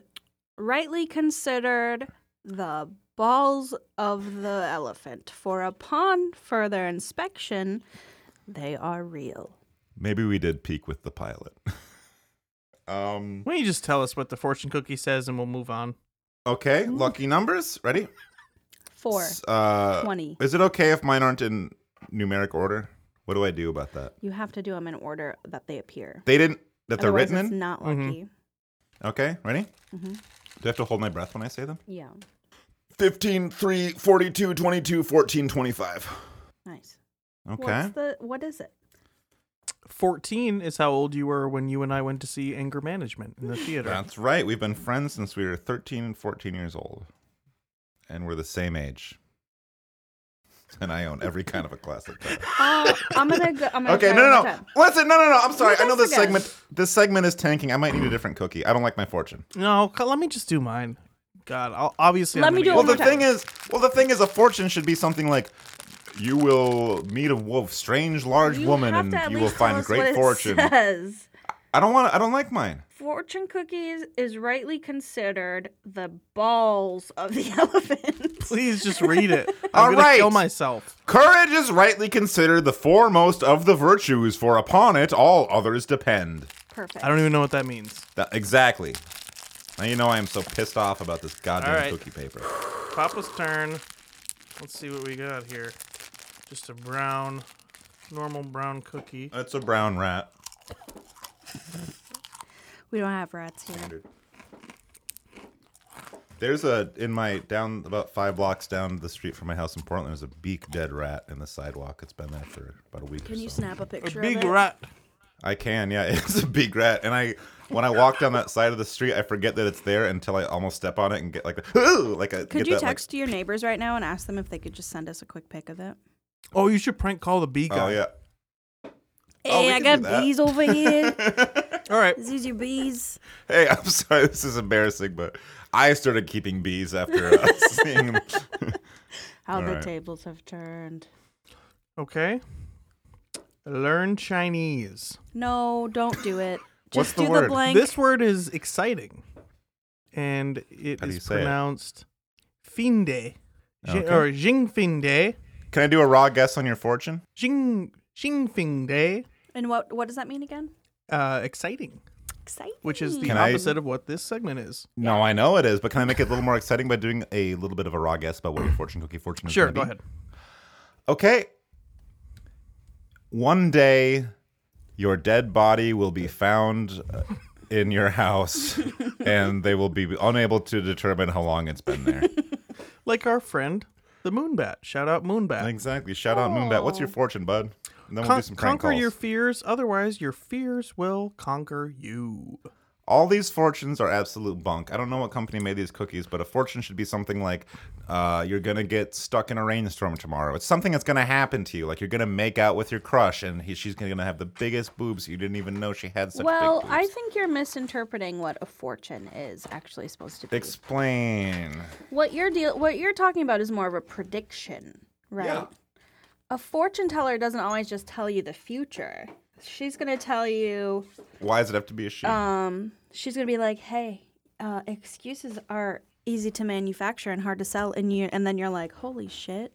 [SPEAKER 7] rightly considered the balls of the elephant. For upon further inspection, they are real.
[SPEAKER 6] Maybe we did peak with the pilot. um,
[SPEAKER 8] Why don't you just tell us what the fortune cookie says and we'll move on?
[SPEAKER 6] Okay, lucky numbers. Ready?
[SPEAKER 7] Mm-hmm. Four.
[SPEAKER 6] S- Uh,
[SPEAKER 7] 20.
[SPEAKER 6] Is it okay if mine aren't in numeric order? What do I do about that?
[SPEAKER 7] You have to do them in order that they appear.
[SPEAKER 6] They didn't. That they're
[SPEAKER 7] Otherwise,
[SPEAKER 6] written
[SPEAKER 7] It's
[SPEAKER 6] in. Mm-hmm.
[SPEAKER 7] not lucky.
[SPEAKER 6] Okay, ready?
[SPEAKER 7] Mhm.
[SPEAKER 6] Do I have to hold my breath when I say them?
[SPEAKER 7] Yeah.
[SPEAKER 6] 15, 3, 42, 22, 14, 25.
[SPEAKER 7] Nice.
[SPEAKER 6] Okay.
[SPEAKER 7] What's the what is it?
[SPEAKER 8] 14 is how old you were when you and I went to see Anger Management in the theater.
[SPEAKER 6] That's right. We've been friends since we were 13 and 14 years old. And we're the same age. And I own every kind of a classic title.
[SPEAKER 7] Uh, I'm gonna go. I'm gonna
[SPEAKER 6] Okay,
[SPEAKER 7] try
[SPEAKER 6] no,
[SPEAKER 7] one
[SPEAKER 6] no,
[SPEAKER 7] more
[SPEAKER 6] no.
[SPEAKER 7] time.
[SPEAKER 6] Listen, no, no, no. I'm sorry. I know this
[SPEAKER 7] that's okay.
[SPEAKER 6] segment. This segment is tanking. I might need a different cookie. I don't like my fortune.
[SPEAKER 8] No, c- let me just do mine. God, I'll, obviously. I'm gonna
[SPEAKER 6] Well,
[SPEAKER 8] get-
[SPEAKER 6] the thing is, well, the thing is, a fortune should be something like, "You will meet a wolf, strange, large
[SPEAKER 7] You
[SPEAKER 6] woman,
[SPEAKER 7] have to
[SPEAKER 6] and
[SPEAKER 7] at
[SPEAKER 6] you will
[SPEAKER 7] least tell
[SPEAKER 6] find
[SPEAKER 7] us what
[SPEAKER 6] great
[SPEAKER 7] it
[SPEAKER 6] fortune."
[SPEAKER 7] says.
[SPEAKER 6] I don't want. I don't like mine.
[SPEAKER 7] Fortune cookies is rightly considered the balls of the elephant.
[SPEAKER 8] Please just read it. I'm
[SPEAKER 6] All
[SPEAKER 8] gonna
[SPEAKER 6] right.
[SPEAKER 8] Kill myself.
[SPEAKER 6] Courage is rightly considered the foremost of the virtues, for upon it all others depend.
[SPEAKER 7] Perfect.
[SPEAKER 8] I don't even know what that means.
[SPEAKER 6] That- exactly. Now you know I am so pissed off about this goddamn
[SPEAKER 8] All right.
[SPEAKER 6] cookie paper.
[SPEAKER 8] Papa's turn. Let's see what we got here. Just a brown, normal brown cookie.
[SPEAKER 6] That's a brown rat.
[SPEAKER 7] We don't have rats here.
[SPEAKER 6] There's a in my down about five blocks down the street from my house in Portland. There's a beak dead rat in the sidewalk. It's been there for about a week. or
[SPEAKER 7] Can you
[SPEAKER 6] so.
[SPEAKER 7] snap a picture?
[SPEAKER 8] big
[SPEAKER 7] of it?
[SPEAKER 8] rat.
[SPEAKER 6] I can, yeah. It's a big rat, and I when I walk down that side of the street, I forget that it's there until I almost step on it and get like a, ooh, like a,
[SPEAKER 7] Could
[SPEAKER 6] get
[SPEAKER 7] you
[SPEAKER 6] that, like,
[SPEAKER 7] text to your neighbors right now and ask them if they could just send us a quick pic of it?
[SPEAKER 8] Oh, you should prank call the bee guy.
[SPEAKER 6] Oh yeah. Oh, we
[SPEAKER 7] Hey, I
[SPEAKER 6] can do
[SPEAKER 7] got
[SPEAKER 6] that.
[SPEAKER 7] bees over here.
[SPEAKER 8] All right.
[SPEAKER 7] Is these your bees?
[SPEAKER 6] Hey, I'm sorry. This is embarrassing, but I started keeping bees after uh, seeing.
[SPEAKER 7] How
[SPEAKER 6] All
[SPEAKER 7] the
[SPEAKER 6] right.
[SPEAKER 7] tables have turned.
[SPEAKER 8] Okay. Learn Chinese.
[SPEAKER 7] No, don't do it. Just
[SPEAKER 8] What's
[SPEAKER 7] do the, blank.
[SPEAKER 8] This word is exciting, and it
[SPEAKER 6] How do you
[SPEAKER 8] is
[SPEAKER 6] say it?
[SPEAKER 8] pronounced "finde" Ji-
[SPEAKER 6] Okay.
[SPEAKER 8] or "jingfinde."
[SPEAKER 6] Can I do a raw guess on your fortune?
[SPEAKER 8] Jing jingfinde.
[SPEAKER 7] And what what does that mean again?
[SPEAKER 8] Uh, exciting,
[SPEAKER 7] Exciting.
[SPEAKER 8] which is the
[SPEAKER 6] Can I-
[SPEAKER 8] opposite of what this segment is.
[SPEAKER 6] No, I know it is, but can I make it a little more exciting by doing a little bit of a raw guess about what your fortune cookie fortune is?
[SPEAKER 8] Sure,
[SPEAKER 6] gonna
[SPEAKER 8] go
[SPEAKER 6] be?
[SPEAKER 8] ahead.
[SPEAKER 6] Okay. One day, your dead body will be found uh, in your house, and they will be unable to determine how long it's been there.
[SPEAKER 8] Like our friend, the Moonbat. Shout out Moonbat.
[SPEAKER 6] exactly. Shout out Moonbat. What's your fortune, bud? And then we'll
[SPEAKER 8] Oh. Con-
[SPEAKER 6] do some prank
[SPEAKER 8] conquer
[SPEAKER 6] calls.
[SPEAKER 8] your fears, otherwise your fears will conquer you.
[SPEAKER 6] All these fortunes are absolute bunk. I don't know what company made these cookies, but a fortune should be something like uh, you're going to get stuck in a rainstorm tomorrow. It's something that's going to happen to you. Like you're going to make out with your crush and he, she's going to have the biggest boobs. You didn't even know she had such
[SPEAKER 7] well,
[SPEAKER 6] big
[SPEAKER 7] I think you're misinterpreting what a fortune is actually supposed to be.
[SPEAKER 6] Explain.
[SPEAKER 7] What you're deal what you're talking about is more of a prediction, right?
[SPEAKER 6] Yeah.
[SPEAKER 7] A fortune teller doesn't always just tell you the future. She's gonna tell you
[SPEAKER 6] Why does it have to be a she?
[SPEAKER 7] um she's gonna be like, Hey, uh, excuses are easy to manufacture and hard to sell and you and then you're like, Holy shit,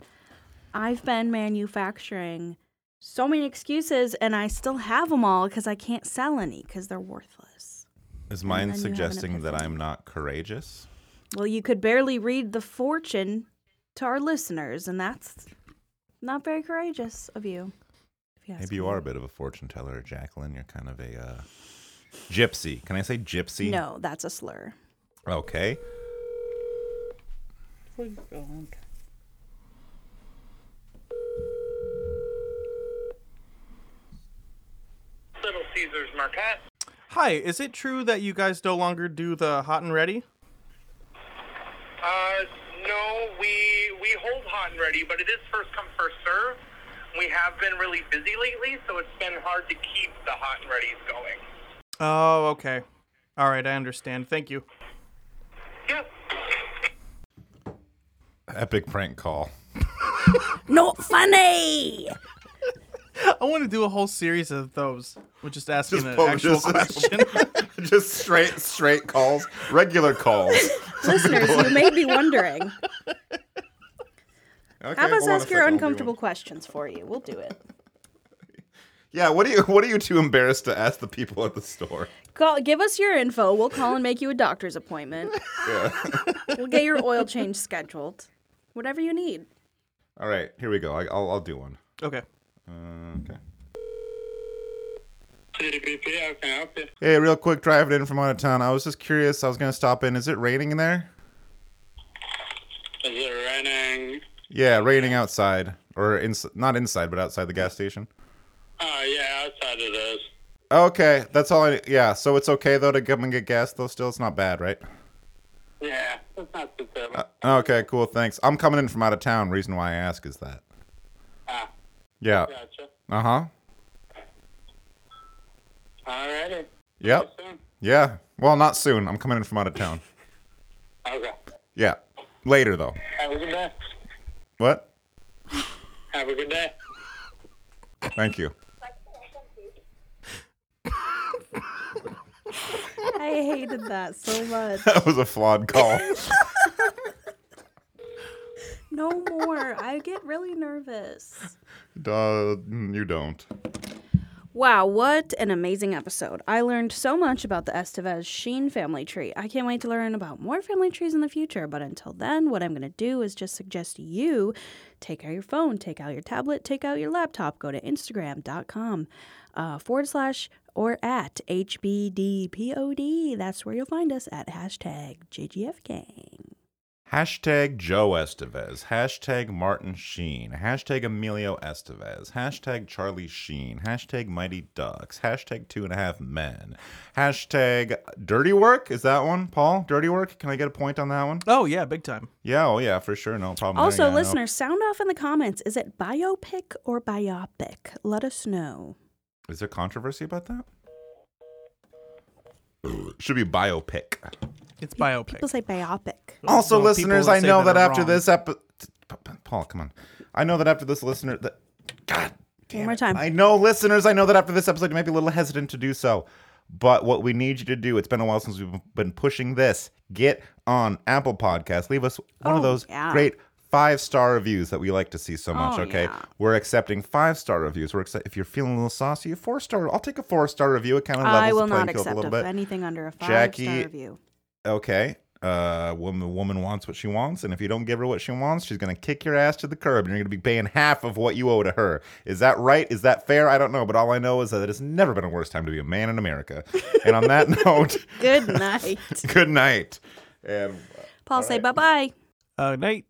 [SPEAKER 7] I've been manufacturing so many excuses and I still have them all because I can't sell any because they're worthless.
[SPEAKER 6] Is mine
[SPEAKER 7] then you have an
[SPEAKER 6] suggesting that I'm not courageous?
[SPEAKER 7] Well, you could barely read the fortune to our listeners, and that's not very courageous of you. If you ask
[SPEAKER 6] Maybe you
[SPEAKER 7] me.
[SPEAKER 6] are a bit of a fortune teller, Jacqueline. You're kind of a uh, gypsy. Can I say gypsy?
[SPEAKER 7] No, that's a slur.
[SPEAKER 6] Okay.
[SPEAKER 13] Little Caesars Marquette.
[SPEAKER 8] Hi, is it true that you guys no longer do the hot and ready?
[SPEAKER 13] Uh, no, we we hold hot and ready, but it is first come first serve. We have been really busy lately, so it's been hard to keep the hot and readies going.
[SPEAKER 8] Oh, okay. All right, I understand. Thank you.
[SPEAKER 6] Epic prank call.
[SPEAKER 7] Not funny.
[SPEAKER 8] I want to do a whole series of those. We're just asking an
[SPEAKER 6] po-
[SPEAKER 8] actual question.
[SPEAKER 6] just straight straight calls, regular calls.
[SPEAKER 7] Listeners, you may be wondering.
[SPEAKER 6] Okay,
[SPEAKER 7] Have us
[SPEAKER 6] hold on a
[SPEAKER 7] ask
[SPEAKER 6] second,
[SPEAKER 7] your
[SPEAKER 6] I'll do
[SPEAKER 7] uncomfortable questions for you. We'll do it.
[SPEAKER 6] one. Yeah, what are you what are you too embarrassed to ask the people at the store?
[SPEAKER 7] Call, give us your info. We'll call and make you a doctor's appointment.
[SPEAKER 6] Yeah.
[SPEAKER 7] We'll get your oil change scheduled. Whatever you need.
[SPEAKER 6] All right, here we go. I, will I'll do one.
[SPEAKER 8] Okay.
[SPEAKER 6] Uh, okay.
[SPEAKER 13] how can I help you?
[SPEAKER 6] Hey, real quick, driving in from out of town. I was just curious. I was gonna stop in. Is it raining in there?
[SPEAKER 13] Is it raining?
[SPEAKER 6] Yeah, raining outside, or ins not inside, but outside the gas station.
[SPEAKER 13] Oh, yeah, outside it is.
[SPEAKER 6] Okay, that's all. I Yeah, so it's okay though to come and get gas though. Still, it's not bad, right?
[SPEAKER 13] Yeah, that's not too bad.
[SPEAKER 6] Okay, cool. Thanks. I'm coming in from out of town. Reason why I ask is that.
[SPEAKER 13] Ah.
[SPEAKER 6] Yeah.
[SPEAKER 13] Gotcha.
[SPEAKER 6] Uh huh.
[SPEAKER 13] Alrighty.
[SPEAKER 6] Yep. Yeah. Well, not soon. I'm coming in from out of town.
[SPEAKER 13] Okay.
[SPEAKER 6] Yeah. Later though.
[SPEAKER 13] Have a good day.
[SPEAKER 6] What?
[SPEAKER 13] Have a good day.
[SPEAKER 6] Thank you.
[SPEAKER 7] I hated that so much.
[SPEAKER 6] That was a flawed call.
[SPEAKER 7] No more. I get really nervous.
[SPEAKER 6] Duh, mm, you don't.
[SPEAKER 7] Wow, what an amazing episode. I learned so much about the Estevez Sheen family tree. I can't wait to learn about more family trees in the future. But until then, what I'm going to do is just suggest you take out your phone, take out your tablet, take out your laptop, go to Instagram.com uh, forward slash or at HBDPOD. That's where you'll find us at hashtag JGFGang.
[SPEAKER 6] Hashtag Joe Estevez. Hashtag Martin Sheen. Hashtag Emilio Estevez. Hashtag Charlie Sheen. Hashtag Mighty Ducks. Hashtag Two and a Half Men. Hashtag Dirty Work. Is that one, Paul? Dirty Work? Can I get a point on that one?
[SPEAKER 8] Oh, yeah, big time.
[SPEAKER 6] Yeah, oh, yeah, for sure. No problem. there.
[SPEAKER 7] Also,
[SPEAKER 6] Yeah, I know.
[SPEAKER 7] listeners, sound off in the comments. Is it biopic or biopic? Let us know.
[SPEAKER 6] Is there controversy about that? Should be biopic.
[SPEAKER 8] It's biopic.
[SPEAKER 7] People say biopic.
[SPEAKER 6] Also,
[SPEAKER 8] No, people
[SPEAKER 6] listeners,
[SPEAKER 8] that
[SPEAKER 6] I
[SPEAKER 8] say
[SPEAKER 6] know
[SPEAKER 8] that
[SPEAKER 6] that,
[SPEAKER 8] are
[SPEAKER 6] after
[SPEAKER 8] wrong.
[SPEAKER 6] this episode, Paul, come on. I know that after this listener, that God,
[SPEAKER 7] One more time.
[SPEAKER 6] I know listeners, I know that after this episode, you might be a little hesitant to do so. But what we need you to do, it's been a while since we've been pushing this. Get on Apple Podcasts. Leave us one
[SPEAKER 14] Oh,
[SPEAKER 6] of those
[SPEAKER 14] yeah.
[SPEAKER 6] great five star reviews that we like to see so much.
[SPEAKER 14] Oh,
[SPEAKER 6] okay,
[SPEAKER 14] yeah.
[SPEAKER 6] we're accepting five star reviews. We're accept- if you're feeling a little saucy, a four star. I'll take a four star review. It kind of levels
[SPEAKER 7] I will
[SPEAKER 6] the playing
[SPEAKER 7] not
[SPEAKER 6] field a
[SPEAKER 7] accept
[SPEAKER 6] little
[SPEAKER 7] of
[SPEAKER 6] bit.
[SPEAKER 7] anything under a five
[SPEAKER 6] Jackie,
[SPEAKER 7] star review.
[SPEAKER 6] Okay. Uh, woman, the woman wants what she wants, and if you don't give her what she wants, she's gonna kick your ass to the curb, and you're gonna be paying half of what you owe to her. Is that right? Is that fair? I don't know, but all I know is that it has never been a worse time to be a man in America. And on that note,
[SPEAKER 7] Good night.
[SPEAKER 6] good night. And
[SPEAKER 7] Paul, say bye bye.
[SPEAKER 8] Uh, night.